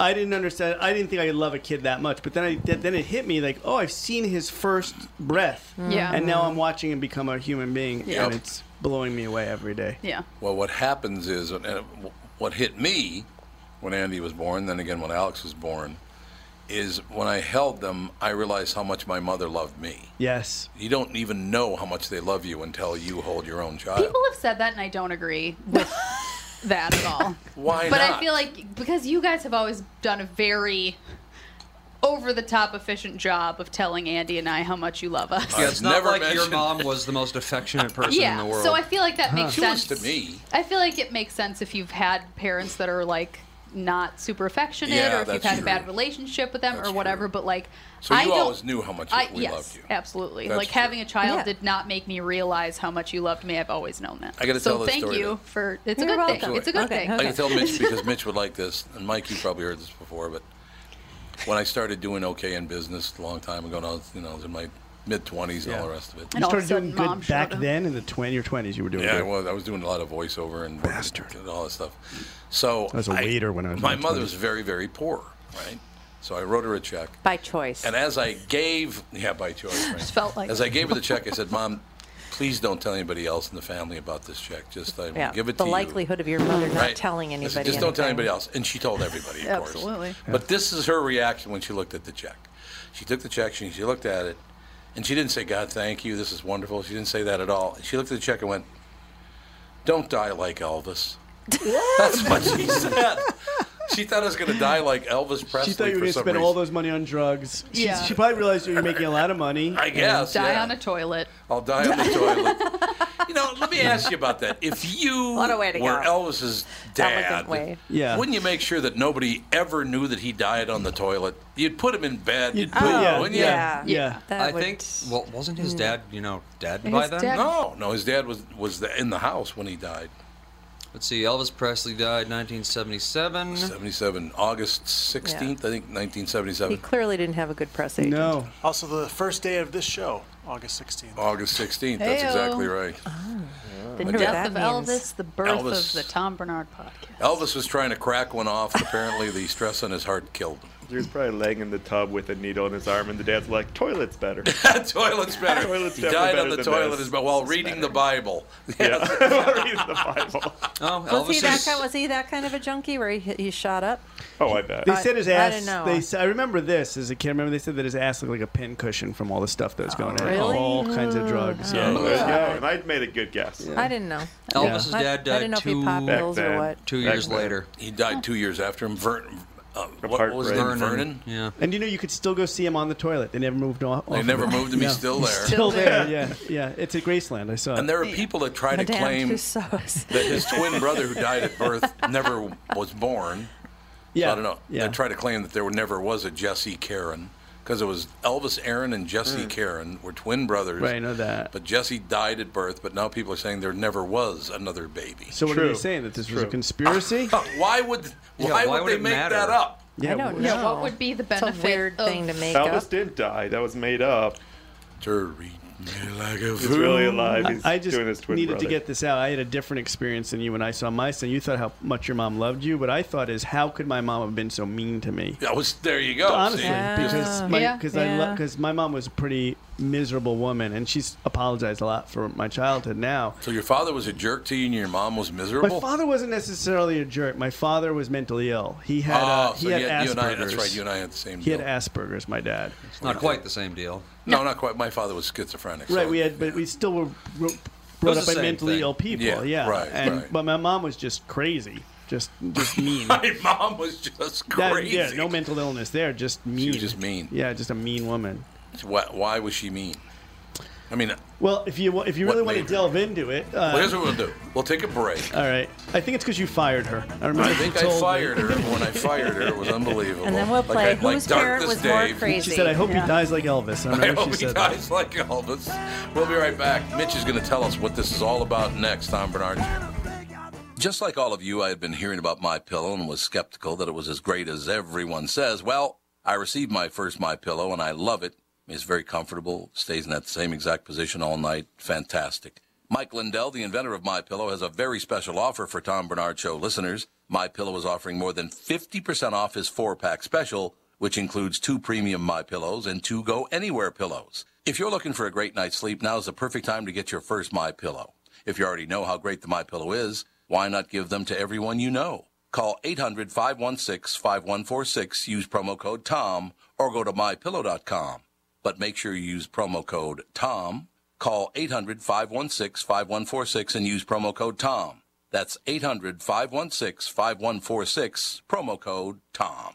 [SPEAKER 4] I didn't understand. I didn't think I could love a kid that much. But then, I, th- then it hit me like, oh, I've seen his first breath.
[SPEAKER 11] Mm. Yeah.
[SPEAKER 4] And now I'm watching him become a human being,
[SPEAKER 1] Yeah.
[SPEAKER 4] and it's blowing me away every day.
[SPEAKER 11] Yeah.
[SPEAKER 1] Well, what happens is, and uh, what hit me when Andy was born, then again when Alex was born, is when I held them, I realized how much my mother loved me.
[SPEAKER 4] Yes.
[SPEAKER 1] You don't even know how much they love you until you hold your own child.
[SPEAKER 11] People have said that, and I don't agree with that at all.
[SPEAKER 1] Why
[SPEAKER 11] but
[SPEAKER 1] not?
[SPEAKER 11] I feel like because you guys have always done a very over the top efficient job of telling Andy and I how much you love us.
[SPEAKER 6] Yeah, it's not like your mom was the most affectionate person
[SPEAKER 11] yeah,
[SPEAKER 6] in the world.
[SPEAKER 11] so I feel like that
[SPEAKER 6] Huh.
[SPEAKER 11] makes
[SPEAKER 6] She was
[SPEAKER 11] sense.
[SPEAKER 6] to me.
[SPEAKER 11] I feel like it makes sense if you've had parents that are like not super affectionate,
[SPEAKER 1] Yeah,
[SPEAKER 11] or if you've
[SPEAKER 1] that's
[SPEAKER 11] had a
[SPEAKER 1] true.
[SPEAKER 11] bad relationship with them, or whatever. But like,
[SPEAKER 1] so
[SPEAKER 11] I
[SPEAKER 1] you
[SPEAKER 11] don't
[SPEAKER 1] always knew how much
[SPEAKER 11] I,
[SPEAKER 1] we
[SPEAKER 11] yes,
[SPEAKER 1] loved you.
[SPEAKER 11] absolutely.
[SPEAKER 1] That's
[SPEAKER 11] like
[SPEAKER 1] true.
[SPEAKER 11] having a child
[SPEAKER 1] Yeah.
[SPEAKER 11] did not make me realize how much you loved me. I've always known that.
[SPEAKER 1] I gotta
[SPEAKER 11] so
[SPEAKER 1] tell this
[SPEAKER 11] thank
[SPEAKER 1] story,
[SPEAKER 11] you
[SPEAKER 1] though.
[SPEAKER 11] for it's
[SPEAKER 2] You're
[SPEAKER 11] a good thing.
[SPEAKER 2] welcome.
[SPEAKER 11] It's a good
[SPEAKER 2] Okay,
[SPEAKER 11] thing.
[SPEAKER 1] I can tell Mitch because Mitch would like this, and Mike, you probably heard this before, but when I started doing okay in business a long time ago, and I was, you know, I was in my mid twenties and all the rest of it.
[SPEAKER 4] You started doing good back then in the twen- your 20s. You were doing
[SPEAKER 1] Yeah, I
[SPEAKER 4] good.
[SPEAKER 1] was. I was doing a lot of voiceover and, and all that stuff. So
[SPEAKER 4] I was a waiter when I was in
[SPEAKER 1] My
[SPEAKER 4] my
[SPEAKER 1] mother
[SPEAKER 4] 20s.
[SPEAKER 1] was very, very poor, right? So I wrote her a check,
[SPEAKER 2] By choice.
[SPEAKER 1] and as I gave, yeah, by choice, right?
[SPEAKER 2] Just felt like
[SPEAKER 1] as I gave her the check, I said, "Mom, please don't tell anybody else in the family about this check. Just I will
[SPEAKER 2] yeah.
[SPEAKER 1] give it
[SPEAKER 2] the
[SPEAKER 1] to you."
[SPEAKER 2] likelihood of your mother not
[SPEAKER 1] Right.
[SPEAKER 2] telling
[SPEAKER 1] I
[SPEAKER 2] anybody.
[SPEAKER 1] said, just don't tell
[SPEAKER 2] anything.
[SPEAKER 1] anybody else. And she told everybody, of course.
[SPEAKER 2] Absolutely.
[SPEAKER 1] But this is her reaction when she looked at the check. She took the check, she, she looked at it, and she didn't say, God, thank you, this is wonderful. She didn't say that at all. She looked at the check and went, Don't die like Elvis. That's what she said. She thought I was going to die like Elvis Presley
[SPEAKER 4] She thought you were
[SPEAKER 1] for
[SPEAKER 4] going to
[SPEAKER 1] some
[SPEAKER 4] spend
[SPEAKER 1] reason.
[SPEAKER 4] all those money on drugs. She,
[SPEAKER 11] Yeah.
[SPEAKER 4] she probably realized you were making a lot of money.
[SPEAKER 1] I guess.
[SPEAKER 11] Die
[SPEAKER 1] yeah.
[SPEAKER 11] on a toilet.
[SPEAKER 1] I'll die on the toilet. You know, let me ask you about that. If you
[SPEAKER 11] What a way to
[SPEAKER 1] were
[SPEAKER 11] go.
[SPEAKER 1] Elvis's dad,
[SPEAKER 11] Elegant way.
[SPEAKER 4] Yeah.
[SPEAKER 1] wouldn't you make sure that nobody ever knew that he died on the toilet? You'd put him in bed. You'd, put,
[SPEAKER 6] put-
[SPEAKER 4] Oh,
[SPEAKER 6] yeah,
[SPEAKER 1] wouldn't
[SPEAKER 6] yeah,
[SPEAKER 1] you?
[SPEAKER 6] yeah. That I would- think- well, wasn't his dad, you know, dead by His then? dad-
[SPEAKER 1] No, no, his dad was was the, in the house when he died.
[SPEAKER 6] Let's see, Elvis Presley died 1977.
[SPEAKER 1] 77, August 16th, I think,
[SPEAKER 2] He
[SPEAKER 1] 1977.
[SPEAKER 2] clearly didn't have a good press agent.
[SPEAKER 3] Also, the first day of this show, August 16th.
[SPEAKER 1] August 16th. That's
[SPEAKER 11] Heyo.
[SPEAKER 1] exactly right.
[SPEAKER 11] The
[SPEAKER 1] My
[SPEAKER 11] death
[SPEAKER 1] dad-
[SPEAKER 11] of Elvis, the birth
[SPEAKER 1] Elvis.
[SPEAKER 11] of the Tom Bernard podcast.
[SPEAKER 1] Elvis was trying to crack one off. and Apparently, the stress on his heart killed him.
[SPEAKER 7] He was probably laying in the tub with a needle in his arm, and the dad's like, "Toilet's better."
[SPEAKER 1] Toilet's better.
[SPEAKER 7] Toilet's
[SPEAKER 1] he
[SPEAKER 7] definitely
[SPEAKER 1] died on
[SPEAKER 7] better
[SPEAKER 1] the
[SPEAKER 7] than
[SPEAKER 1] toilet
[SPEAKER 7] this.
[SPEAKER 1] as well while reading the Bible.
[SPEAKER 6] Oh,
[SPEAKER 2] Was he,
[SPEAKER 1] Elvis
[SPEAKER 2] that
[SPEAKER 1] is-
[SPEAKER 2] kind, was he that kind of a junkie where he, he shot up?
[SPEAKER 7] Oh, I bet.
[SPEAKER 4] They said his
[SPEAKER 2] I
[SPEAKER 4] ass.
[SPEAKER 2] don't know.
[SPEAKER 4] They, s- I remember this as a kid. I remember they said that his ass looked like a pin cushion from all the stuff that was going on.
[SPEAKER 2] Really?
[SPEAKER 4] All kinds of drugs.
[SPEAKER 7] Yeah, there you go. And I made a good guess.
[SPEAKER 2] I didn't know.
[SPEAKER 1] Elvis's
[SPEAKER 2] I-
[SPEAKER 1] dad
[SPEAKER 2] I,
[SPEAKER 1] died
[SPEAKER 2] didn't know if he
[SPEAKER 1] two-
[SPEAKER 2] popped
[SPEAKER 1] Back
[SPEAKER 2] pills or
[SPEAKER 1] then.
[SPEAKER 2] what.
[SPEAKER 6] Two
[SPEAKER 1] Back
[SPEAKER 6] years
[SPEAKER 1] then.
[SPEAKER 6] later.
[SPEAKER 1] He died two years after him. Ver- uh, what was his name?
[SPEAKER 6] Vernon.
[SPEAKER 1] Vernon?
[SPEAKER 6] Yeah.
[SPEAKER 4] And you know, you could still go see him on the toilet. They never moved off.
[SPEAKER 1] They never moved him. He's still there.
[SPEAKER 4] Still there. Yeah, yeah. It's at Graceland. I saw.
[SPEAKER 1] And there are people that try to
[SPEAKER 4] Madame
[SPEAKER 1] claim
[SPEAKER 4] Tussauds.
[SPEAKER 1] that his twin brother who died at birth never was born. So
[SPEAKER 4] Yeah,
[SPEAKER 1] I don't know.
[SPEAKER 4] yeah.
[SPEAKER 1] They try to claim that there were- never was a Jesse Karen because it was Elvis Aaron and Jesse Karen were twin brothers.
[SPEAKER 4] Mm. Right, I know that.
[SPEAKER 1] But Jesse died at birth, but now people are saying there never was another baby.
[SPEAKER 4] So what are they saying that this was a conspiracy?
[SPEAKER 1] Why would
[SPEAKER 4] Yeah,
[SPEAKER 1] why,
[SPEAKER 4] why
[SPEAKER 1] would,
[SPEAKER 4] would
[SPEAKER 1] they
[SPEAKER 4] it
[SPEAKER 1] make
[SPEAKER 4] matter?
[SPEAKER 1] that up?
[SPEAKER 4] Yeah,
[SPEAKER 11] I don't know. What would be the benefit?
[SPEAKER 2] Oh. weird
[SPEAKER 11] of-
[SPEAKER 2] thing to make
[SPEAKER 7] Elvis
[SPEAKER 2] up.
[SPEAKER 7] did die. That was made up.
[SPEAKER 1] Like a
[SPEAKER 7] He's really alive. He's
[SPEAKER 4] I I just
[SPEAKER 7] doing his twin
[SPEAKER 4] needed
[SPEAKER 7] brother.
[SPEAKER 4] to get this out. I had a different experience than you when I saw my son. You thought how much your mom loved you, but I thought is how could my mom have been so mean to me?
[SPEAKER 1] That was there. You go.
[SPEAKER 4] Honestly,
[SPEAKER 1] see?
[SPEAKER 4] because my,
[SPEAKER 1] Yeah,
[SPEAKER 4] cause I
[SPEAKER 1] yeah.
[SPEAKER 4] lo- cause my mom was a pretty miserable woman, and she's apologized a lot for my childhood now.
[SPEAKER 1] So your father was a jerk to you, and your mom was miserable.
[SPEAKER 4] My father wasn't necessarily a jerk. My father was mentally ill. He had uh,
[SPEAKER 1] oh,
[SPEAKER 4] he
[SPEAKER 1] so
[SPEAKER 4] had
[SPEAKER 1] you,
[SPEAKER 4] Asperger's.
[SPEAKER 1] you and I. That's right. You and I had the same.
[SPEAKER 4] he
[SPEAKER 1] deal.
[SPEAKER 4] had Asperger's. My dad.
[SPEAKER 6] It's not quite the same deal.
[SPEAKER 1] no, not quite. My father was schizophrenic. so-
[SPEAKER 4] Right, we had, but we still were ro- brought
[SPEAKER 1] the
[SPEAKER 4] up by
[SPEAKER 1] same
[SPEAKER 4] mentally
[SPEAKER 1] thing.
[SPEAKER 4] ill people.
[SPEAKER 1] Yeah,
[SPEAKER 4] Yeah,
[SPEAKER 1] right,
[SPEAKER 4] And,
[SPEAKER 1] right.
[SPEAKER 4] But my mom was just crazy, just just mean.
[SPEAKER 1] my mom was just
[SPEAKER 4] That-
[SPEAKER 1] crazy.
[SPEAKER 4] yeah, no mental illness there, just mean.
[SPEAKER 1] just mean.
[SPEAKER 4] Yeah, just a mean woman.
[SPEAKER 1] Why, why was she mean? I mean,
[SPEAKER 4] Well, if you wa- if you really
[SPEAKER 1] What
[SPEAKER 4] want to
[SPEAKER 1] later?
[SPEAKER 4] delve into it, uh,
[SPEAKER 1] well, here's what we'll do. We'll take a break.
[SPEAKER 4] all right. I think it's because you fired her. I remember.
[SPEAKER 1] I
[SPEAKER 4] you
[SPEAKER 1] think I
[SPEAKER 4] told me.
[SPEAKER 1] fired her. When I fired her, it was unbelievable.
[SPEAKER 4] And then we'll
[SPEAKER 1] Like
[SPEAKER 4] play
[SPEAKER 1] I- like
[SPEAKER 4] Whose
[SPEAKER 1] Dark
[SPEAKER 4] Parent
[SPEAKER 1] This
[SPEAKER 4] Was
[SPEAKER 2] More
[SPEAKER 1] Dave.
[SPEAKER 2] Crazy.
[SPEAKER 4] She said, "I hope
[SPEAKER 2] Yeah.
[SPEAKER 4] he dies like Elvis." I
[SPEAKER 1] I
[SPEAKER 4] remember
[SPEAKER 1] hope
[SPEAKER 4] she
[SPEAKER 1] he
[SPEAKER 4] said. that.
[SPEAKER 1] dies like Elvis. We'll be right back. Mitch is going to tell us what this is all about next. Tom Bernard. Just like all of you, I had been hearing about My Pillow and was skeptical that it was as great as everyone says. Well, I received my first My Pillow and I love it. It's very comfortable, stays in that same exact position all night. Fantastic. Mike Lindell, the inventor of My Pillow, has a very special offer for Tom Bernard Show listeners. My Pillow is offering more than 50% off his four-pack special, which includes two premium My Pillows and two Go Anywhere pillows. If you're looking for a great night's sleep, now is the perfect time to get your first My Pillow. If you already know how great the My Pillow is, why not give them to everyone you know? Call 800 516 5146, use promo code TOM, or go to mypillow.com. But make sure you use promo code TOM. Call 800 516 5146 and use promo code TOM. That's 800 516 5146, promo code TOM.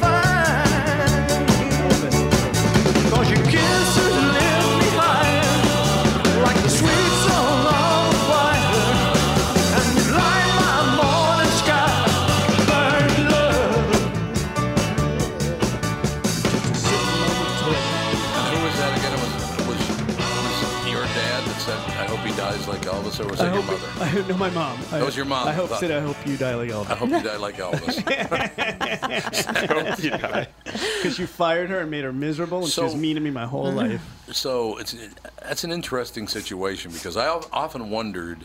[SPEAKER 10] fine. Cause your kisses lift me higher, like the sweet song of a choir. And you light my morning sky, burn love.
[SPEAKER 1] And who was that again? It was, was, was your dad that said, I hope he dies like Elvis, or was
[SPEAKER 4] I
[SPEAKER 1] it your
[SPEAKER 4] hope.
[SPEAKER 1] mother?
[SPEAKER 4] I no, my mom. I-
[SPEAKER 1] That was your mom.
[SPEAKER 4] I hope.
[SPEAKER 1] Thought-
[SPEAKER 4] Said, I hope you die like Elvis.
[SPEAKER 1] I hope you die like Elvis.
[SPEAKER 4] Because you fired her and made her miserable, and
[SPEAKER 1] So-
[SPEAKER 4] she was mean to me my whole life.
[SPEAKER 1] so it's that's an interesting situation because I al- often wondered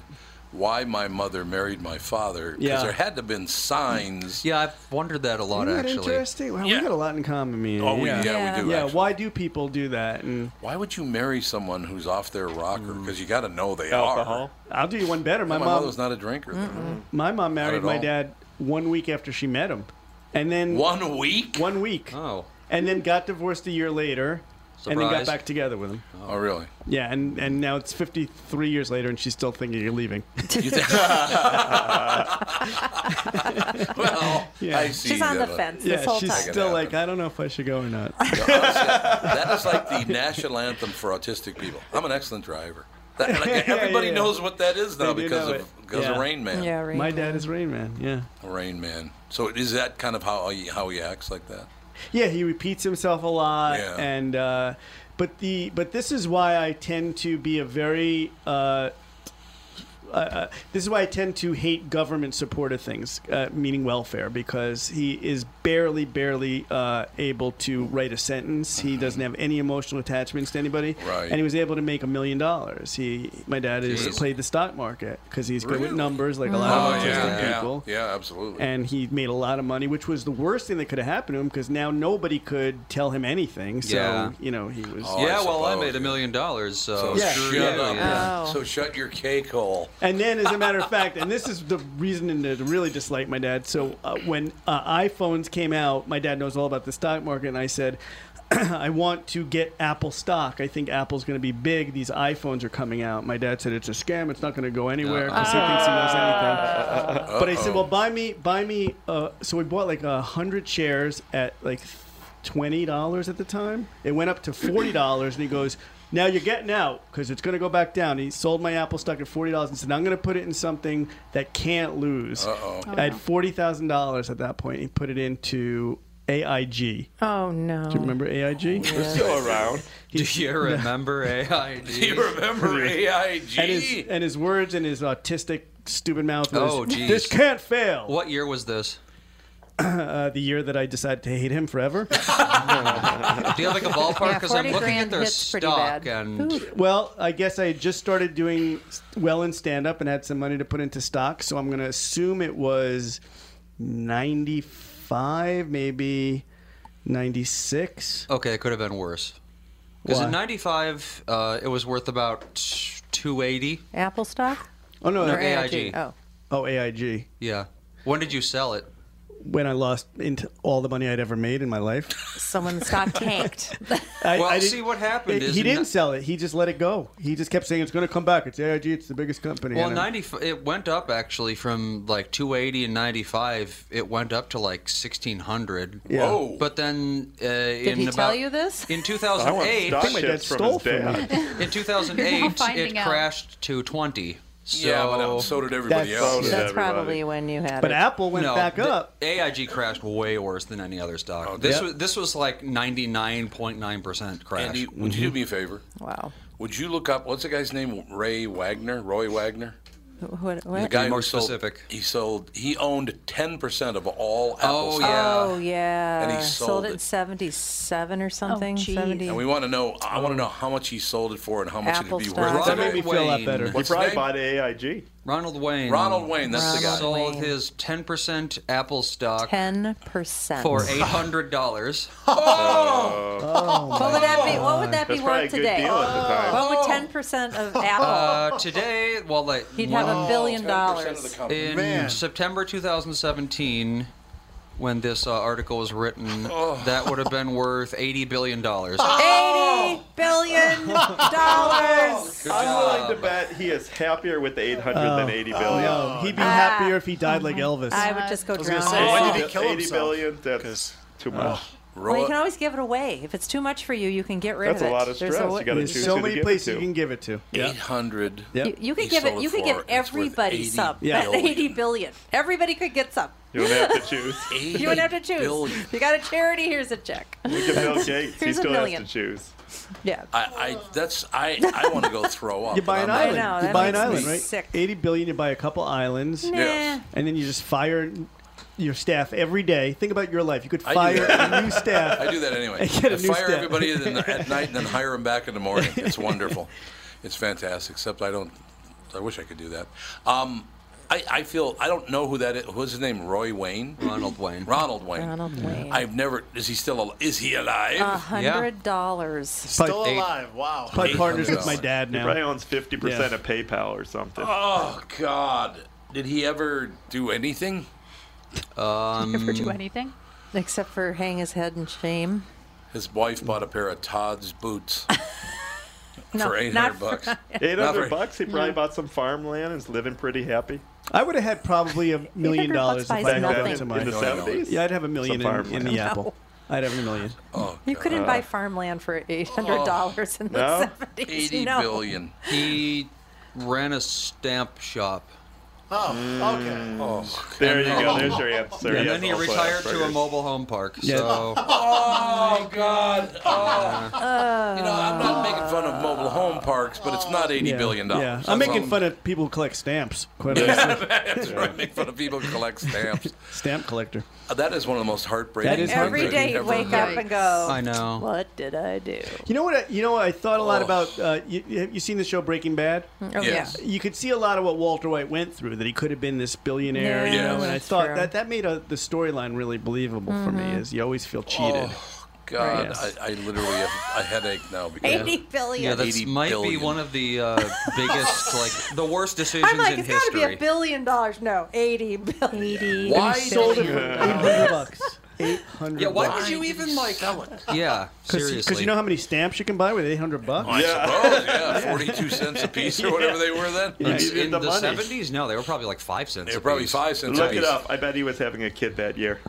[SPEAKER 1] why my mother married my father because
[SPEAKER 4] Yeah.
[SPEAKER 1] there had to have been signs.
[SPEAKER 6] Yeah, I've wondered that a lot
[SPEAKER 4] Isn't that
[SPEAKER 6] actually.
[SPEAKER 4] interesting? Wow, We got a lot in common. man.
[SPEAKER 1] Oh, we- yeah, we Yeah. do,
[SPEAKER 4] Yeah,
[SPEAKER 1] actually.
[SPEAKER 4] why do people do that? And
[SPEAKER 1] Why would you marry someone who's off their rocker? Because you got to know they are.
[SPEAKER 4] I'll do you one better. Mm. My,
[SPEAKER 1] My,
[SPEAKER 4] mom.
[SPEAKER 1] mother's not a drinker. though.
[SPEAKER 4] My
[SPEAKER 1] Not
[SPEAKER 4] mom married
[SPEAKER 1] at
[SPEAKER 4] my
[SPEAKER 1] all.
[SPEAKER 4] dad one week after she met him, and then
[SPEAKER 1] One week.
[SPEAKER 4] One week.
[SPEAKER 6] Oh.
[SPEAKER 4] And then got divorced a year later, and then got
[SPEAKER 6] Surprise.
[SPEAKER 4] back together with him.
[SPEAKER 1] Oh, really?
[SPEAKER 4] Yeah, and, and now it's 53 years later, and she's still thinking you're leaving.
[SPEAKER 1] well,
[SPEAKER 4] Yeah.
[SPEAKER 1] I see. that, uh,
[SPEAKER 4] Yeah, she's still like, I don't know if I should go or not.
[SPEAKER 1] that is like the national anthem for autistic people. I'm an excellent driver. That, like, everybody
[SPEAKER 4] yeah, yeah.
[SPEAKER 1] knows what that is now
[SPEAKER 4] They do
[SPEAKER 1] because
[SPEAKER 4] know
[SPEAKER 1] of
[SPEAKER 4] it.
[SPEAKER 1] because of
[SPEAKER 4] Yeah.
[SPEAKER 1] Rain Man.
[SPEAKER 4] My dad is Rain Man. Yeah.
[SPEAKER 1] Rain Man. So is that kind of how he, how he acts like that?
[SPEAKER 4] Yeah, he repeats himself a lot,
[SPEAKER 1] Yeah.
[SPEAKER 4] and uh, but the but this is why I tend to be a very. Uh, uh, this is why I tend to hate government support of things, uh, meaning welfare, because he is barely, barely uh, able to write a sentence. He doesn't have any emotional attachments to anybody,
[SPEAKER 1] Mm-hmm. Right.
[SPEAKER 4] and he was able to make a million dollars. He, my dad,
[SPEAKER 1] Jeez.
[SPEAKER 4] is played the stock market because he's good with numbers, like a
[SPEAKER 1] Oh,
[SPEAKER 4] lot of autistic
[SPEAKER 1] yeah, yeah,
[SPEAKER 4] people
[SPEAKER 1] yeah, absolutely.
[SPEAKER 4] and he made a lot of money, which was the worst thing that could have happened to him because now nobody could tell him anything. So
[SPEAKER 6] Yeah.
[SPEAKER 4] you know he was.
[SPEAKER 6] yeah, well, Oh, I made a million dollars, so,
[SPEAKER 1] so
[SPEAKER 4] Yeah.
[SPEAKER 1] shut
[SPEAKER 6] screw you.
[SPEAKER 1] up.
[SPEAKER 6] Yeah.
[SPEAKER 1] So shut your cake hole.
[SPEAKER 4] And then, as a matter of fact, and this is the reason to really dislike my dad. So uh, when uh, iPhones came out, my dad knows all about the stock market, and I said. I want to get Apple stock. I think Apple's going to be big. These iPhones are coming out. My dad said it's a scam. It's not going to go anywhere because he thinks he knows anything. But I said, well, buy me, buy me. Uh, so we bought like a hundred shares at like twenty dollars at the time. It went up to forty dollars, and he goes, "Now you're getting out because it's going to go back down." He sold my Apple stock at forty dollars and said, "I'm going to put it in something that can't lose."
[SPEAKER 1] Uh-oh.
[SPEAKER 6] Oh,
[SPEAKER 4] I had forty thousand dollars at that point. He put it into AIG.
[SPEAKER 2] Oh no.
[SPEAKER 4] Do you remember AIG?
[SPEAKER 2] They're still
[SPEAKER 5] around.
[SPEAKER 6] Do you remember AIG? Do you
[SPEAKER 5] remember AIG?
[SPEAKER 4] And his, and his words and his autistic, stupid mouth. Was,
[SPEAKER 6] Oh, geez.
[SPEAKER 4] This can't fail.
[SPEAKER 6] What year was this?
[SPEAKER 4] Uh, the year that I decided to hate him forever.
[SPEAKER 6] Do you have like a ballpark?
[SPEAKER 4] Yeah,
[SPEAKER 6] Because I'm
[SPEAKER 4] 40
[SPEAKER 6] looking at
[SPEAKER 4] grand
[SPEAKER 6] their
[SPEAKER 4] hits pretty
[SPEAKER 6] stock
[SPEAKER 4] bad.
[SPEAKER 6] and
[SPEAKER 4] Well, I guess I just started doing s- well in stand up and had some money to put into stock, so I'm going to assume it was 95, maybe 96.
[SPEAKER 6] okay, it could have been worse. Because
[SPEAKER 4] Why?
[SPEAKER 6] in '95, uh, it was worth about 280.
[SPEAKER 2] Apple stock?
[SPEAKER 4] Oh no,
[SPEAKER 6] Or AIG.
[SPEAKER 2] Oh.
[SPEAKER 4] Oh, AIG.
[SPEAKER 6] Yeah. When did you sell it?
[SPEAKER 4] When I lost into all the money I'd ever made in my life.
[SPEAKER 2] Someone's stock tanked.
[SPEAKER 4] I,
[SPEAKER 6] well,
[SPEAKER 4] I didn't-
[SPEAKER 6] see what happened
[SPEAKER 4] He
[SPEAKER 6] is
[SPEAKER 4] didn't
[SPEAKER 6] n-
[SPEAKER 4] sell it. He just let it go. He just kept saying it's going to come back. It's AIG. It's the biggest company.
[SPEAKER 6] Well,
[SPEAKER 4] And I'm-
[SPEAKER 6] 90, it went up actually from like 280 and 95. It went up to like 1600.
[SPEAKER 1] Oh,
[SPEAKER 4] Yeah. Whoa.
[SPEAKER 6] But then uh,
[SPEAKER 2] Did
[SPEAKER 6] in
[SPEAKER 2] he
[SPEAKER 6] about,
[SPEAKER 2] tell you this?
[SPEAKER 6] In
[SPEAKER 2] I want
[SPEAKER 6] 2008,
[SPEAKER 2] stock I think my dad
[SPEAKER 7] chips from stole his from dad.
[SPEAKER 6] In
[SPEAKER 2] You're now
[SPEAKER 6] 2008, it
[SPEAKER 2] finding out.
[SPEAKER 6] crashed to 20. So
[SPEAKER 1] Yeah, but, uh, so did everybody That's- else. so did
[SPEAKER 2] That's probably when you had it.
[SPEAKER 6] No, the AIG crashed way worse than any other stock. this
[SPEAKER 1] yeah.
[SPEAKER 6] was this was like 99.9% crash.
[SPEAKER 1] Andy, would you do me a favor?
[SPEAKER 2] Wow.
[SPEAKER 1] Would you look up what's the guy's name? Ray Wagner, Roy Wagner.
[SPEAKER 2] Wh- What, what?
[SPEAKER 1] The guy
[SPEAKER 6] more
[SPEAKER 1] who sold-
[SPEAKER 6] specific.
[SPEAKER 1] he sold. He owned ten percent of all Apple.
[SPEAKER 6] Oh,
[SPEAKER 1] stock.
[SPEAKER 2] Oh yeah.
[SPEAKER 1] And he sold
[SPEAKER 2] it
[SPEAKER 1] it.
[SPEAKER 2] at seventy-seven
[SPEAKER 4] Oh,
[SPEAKER 2] or something.
[SPEAKER 11] geez.
[SPEAKER 2] 70.
[SPEAKER 1] And we want to know. I want to know how much he sold it for and how much
[SPEAKER 2] Apple
[SPEAKER 1] it'd be
[SPEAKER 2] stock.
[SPEAKER 1] worth.
[SPEAKER 6] That made me feel a lot better.
[SPEAKER 1] What's
[SPEAKER 6] He probably
[SPEAKER 1] his name?
[SPEAKER 6] bought
[SPEAKER 7] AIG.
[SPEAKER 6] Ronald Wayne.
[SPEAKER 1] Ronald Wayne, that's the guy.
[SPEAKER 6] Sold
[SPEAKER 1] Ronald Wayne.
[SPEAKER 6] his 10% Apple stock
[SPEAKER 2] Ten percent.
[SPEAKER 6] for $800.
[SPEAKER 7] Uh,
[SPEAKER 2] what would that be? What would that be
[SPEAKER 6] That's probably
[SPEAKER 2] worth
[SPEAKER 6] a good
[SPEAKER 2] Oh. today?
[SPEAKER 6] deal at the time.
[SPEAKER 2] What
[SPEAKER 4] Oh.
[SPEAKER 2] would ten percent of Apple?
[SPEAKER 6] Uh, today, well, like
[SPEAKER 2] He'd have a
[SPEAKER 6] one-
[SPEAKER 2] billion
[SPEAKER 1] 10%
[SPEAKER 2] dollars.
[SPEAKER 1] of the company.
[SPEAKER 6] in
[SPEAKER 1] Man.
[SPEAKER 6] September 2017, when this uh, article was written,
[SPEAKER 1] Oh.
[SPEAKER 6] that would have been worth 80 billion dollars.
[SPEAKER 2] Eighty
[SPEAKER 1] Oh.
[SPEAKER 2] billion dollars.
[SPEAKER 7] I'm willing to bet he is happier with the 800
[SPEAKER 4] Oh.
[SPEAKER 7] than 80 billion.
[SPEAKER 4] No, he'd be happier if he died like Elvis.
[SPEAKER 2] I would just go
[SPEAKER 7] I was gonna
[SPEAKER 2] drown.
[SPEAKER 7] say,
[SPEAKER 2] myself.
[SPEAKER 7] 80 80 billion, that's too
[SPEAKER 4] oh.
[SPEAKER 7] much.
[SPEAKER 2] Well, you can always give it away. If it's too much for you, you can get rid
[SPEAKER 7] That's
[SPEAKER 2] of it.
[SPEAKER 7] a lot of
[SPEAKER 2] There's
[SPEAKER 7] stress.
[SPEAKER 2] wa-
[SPEAKER 7] You gotta
[SPEAKER 4] There's
[SPEAKER 7] choose
[SPEAKER 4] so
[SPEAKER 7] who to
[SPEAKER 4] many
[SPEAKER 7] give it
[SPEAKER 4] places
[SPEAKER 7] to.
[SPEAKER 4] you can give it to.
[SPEAKER 1] Eight hundred.
[SPEAKER 2] You, you could give it. You could give everybody some.
[SPEAKER 4] Yeah.
[SPEAKER 2] That's eighty billion. Everybody could get some.
[SPEAKER 7] You would have to choose.
[SPEAKER 2] You would have to choose. You got a charity. Here's a check.
[SPEAKER 7] Look at Bill Gates. He
[SPEAKER 2] Here's a
[SPEAKER 7] still has to
[SPEAKER 2] million.
[SPEAKER 7] choose.
[SPEAKER 2] Yeah.
[SPEAKER 1] I, I that's I I want to go throw up.
[SPEAKER 4] You buy an
[SPEAKER 1] and I'm
[SPEAKER 4] island.
[SPEAKER 1] like,
[SPEAKER 2] know,
[SPEAKER 4] you
[SPEAKER 2] that
[SPEAKER 4] buy an
[SPEAKER 2] makes me
[SPEAKER 4] island, right?
[SPEAKER 2] sick.
[SPEAKER 4] Eighty billion. You buy a couple islands.
[SPEAKER 2] Nah. Yes.
[SPEAKER 4] And then you just fire your staff every day. Think about your life. You could
[SPEAKER 1] I do
[SPEAKER 4] fire
[SPEAKER 1] that.
[SPEAKER 4] a new staff.
[SPEAKER 1] I do that anyway.
[SPEAKER 4] And get a
[SPEAKER 1] I
[SPEAKER 4] new
[SPEAKER 1] fire
[SPEAKER 4] staff.
[SPEAKER 1] everybody in the, at night and then hire them back in the morning. It's wonderful. it's fantastic. Except I don't. I wish I could do that. Um, I, I feel I don't know who that is. Who's his name? Roy Wayne.
[SPEAKER 6] Ronald Wayne.
[SPEAKER 1] Ronald Wayne.
[SPEAKER 2] Ronald Wayne. Uh.
[SPEAKER 1] I've never. Is he still? Al- is he alive?
[SPEAKER 2] A hundred dollars.
[SPEAKER 1] Still Eight- alive, wow. probably
[SPEAKER 3] Oh,
[SPEAKER 1] partners with my dad
[SPEAKER 7] He
[SPEAKER 1] now.
[SPEAKER 7] probably owns 50%
[SPEAKER 1] Yeah.
[SPEAKER 7] of PayPal or something.
[SPEAKER 1] Oh God! Did he ever do anything?
[SPEAKER 6] Um,
[SPEAKER 11] Ever do anything?
[SPEAKER 2] Except for hang his head in shame.
[SPEAKER 1] His wife bought a pair of Todd's boots
[SPEAKER 2] No,
[SPEAKER 1] for eight
[SPEAKER 2] not
[SPEAKER 1] hundred
[SPEAKER 2] for-
[SPEAKER 1] bucks. Not
[SPEAKER 7] 800
[SPEAKER 1] for-
[SPEAKER 7] bucks. He probably bought some farmland and is living pretty happy.
[SPEAKER 4] I would have had probably a million dollars if I
[SPEAKER 7] bucks
[SPEAKER 4] had
[SPEAKER 7] buys
[SPEAKER 4] held
[SPEAKER 7] nothing.
[SPEAKER 4] on to my
[SPEAKER 7] In the 70s?
[SPEAKER 4] Yeah, I'd have a million
[SPEAKER 7] Some
[SPEAKER 4] in, in the
[SPEAKER 7] farmland.
[SPEAKER 4] apple. I'd have a million.
[SPEAKER 1] Oh,
[SPEAKER 2] You couldn't
[SPEAKER 6] Uh,
[SPEAKER 2] buy farmland for eight
[SPEAKER 6] oh,
[SPEAKER 2] hundred dollars in the seventies. no.
[SPEAKER 6] He ran a stamp shop.
[SPEAKER 3] Oh, okay.
[SPEAKER 1] Oh,
[SPEAKER 7] There you go. There's your answer.
[SPEAKER 6] And
[SPEAKER 7] Yes,
[SPEAKER 6] then he
[SPEAKER 7] also
[SPEAKER 6] retired to a
[SPEAKER 7] hamburgers.
[SPEAKER 6] mobile home park.
[SPEAKER 7] Yeah.
[SPEAKER 6] So
[SPEAKER 1] Oh God! Oh. you know, I'm not making fun of mobile home parks, but it's not eighty
[SPEAKER 4] Yeah,
[SPEAKER 1] billion
[SPEAKER 4] Yeah.
[SPEAKER 1] dollars.
[SPEAKER 4] I'm making fun of people who collect stamps. Quite honestly.
[SPEAKER 1] That's right. Make fun of people who collect stamps.
[SPEAKER 4] Stamp collector.
[SPEAKER 1] Uh, That is one of the most heartbreaking.
[SPEAKER 4] That is
[SPEAKER 1] things
[SPEAKER 4] heartbreaking.
[SPEAKER 2] Every day
[SPEAKER 1] I've
[SPEAKER 2] you
[SPEAKER 1] ever
[SPEAKER 2] wake
[SPEAKER 1] heard.
[SPEAKER 2] up and go.
[SPEAKER 6] I know.
[SPEAKER 2] What did I do?
[SPEAKER 4] You know what? I, you know what I thought a lot
[SPEAKER 2] Oh.
[SPEAKER 4] about. Uh, you, have you seen the show Breaking Bad?
[SPEAKER 2] Oh, Yes.
[SPEAKER 4] You could see a lot of what Walter White went through. That he could have been this billionaire.
[SPEAKER 2] Yeah,
[SPEAKER 4] you know, and I
[SPEAKER 2] that's
[SPEAKER 4] thought
[SPEAKER 2] true.
[SPEAKER 4] that that made uh the storyline really believable for me.
[SPEAKER 2] Mhm.
[SPEAKER 4] Is you always feel cheated.
[SPEAKER 1] God,
[SPEAKER 4] Yes.
[SPEAKER 1] I, I literally have a headache now because
[SPEAKER 2] Eighty billion.
[SPEAKER 6] yeah, that might be
[SPEAKER 1] billion.
[SPEAKER 6] one of the uh, biggest, like the worst decisions
[SPEAKER 2] I'm like,
[SPEAKER 6] in
[SPEAKER 2] it's got to be
[SPEAKER 6] history.
[SPEAKER 2] a billion dollars. No, eighty billion. Eighty.
[SPEAKER 6] Why
[SPEAKER 4] sold it for
[SPEAKER 6] Yeah.
[SPEAKER 4] 800 bucks. 800
[SPEAKER 6] Yeah, why
[SPEAKER 4] bucks.
[SPEAKER 6] would you even like? Yeah, seriously.
[SPEAKER 4] Because you know how many stamps you can buy with 800 bucks?
[SPEAKER 1] I suppose, yeah, forty-two cents a piece or whatever they were then.
[SPEAKER 4] Yeah.
[SPEAKER 6] In,
[SPEAKER 7] needed
[SPEAKER 6] the,
[SPEAKER 7] the money.
[SPEAKER 6] 70s? No, they were probably like five cents.
[SPEAKER 1] They were
[SPEAKER 6] a
[SPEAKER 1] probably
[SPEAKER 6] piece.
[SPEAKER 1] five cents
[SPEAKER 7] Look it
[SPEAKER 2] Oh,
[SPEAKER 7] up. I bet he was having a kid that year.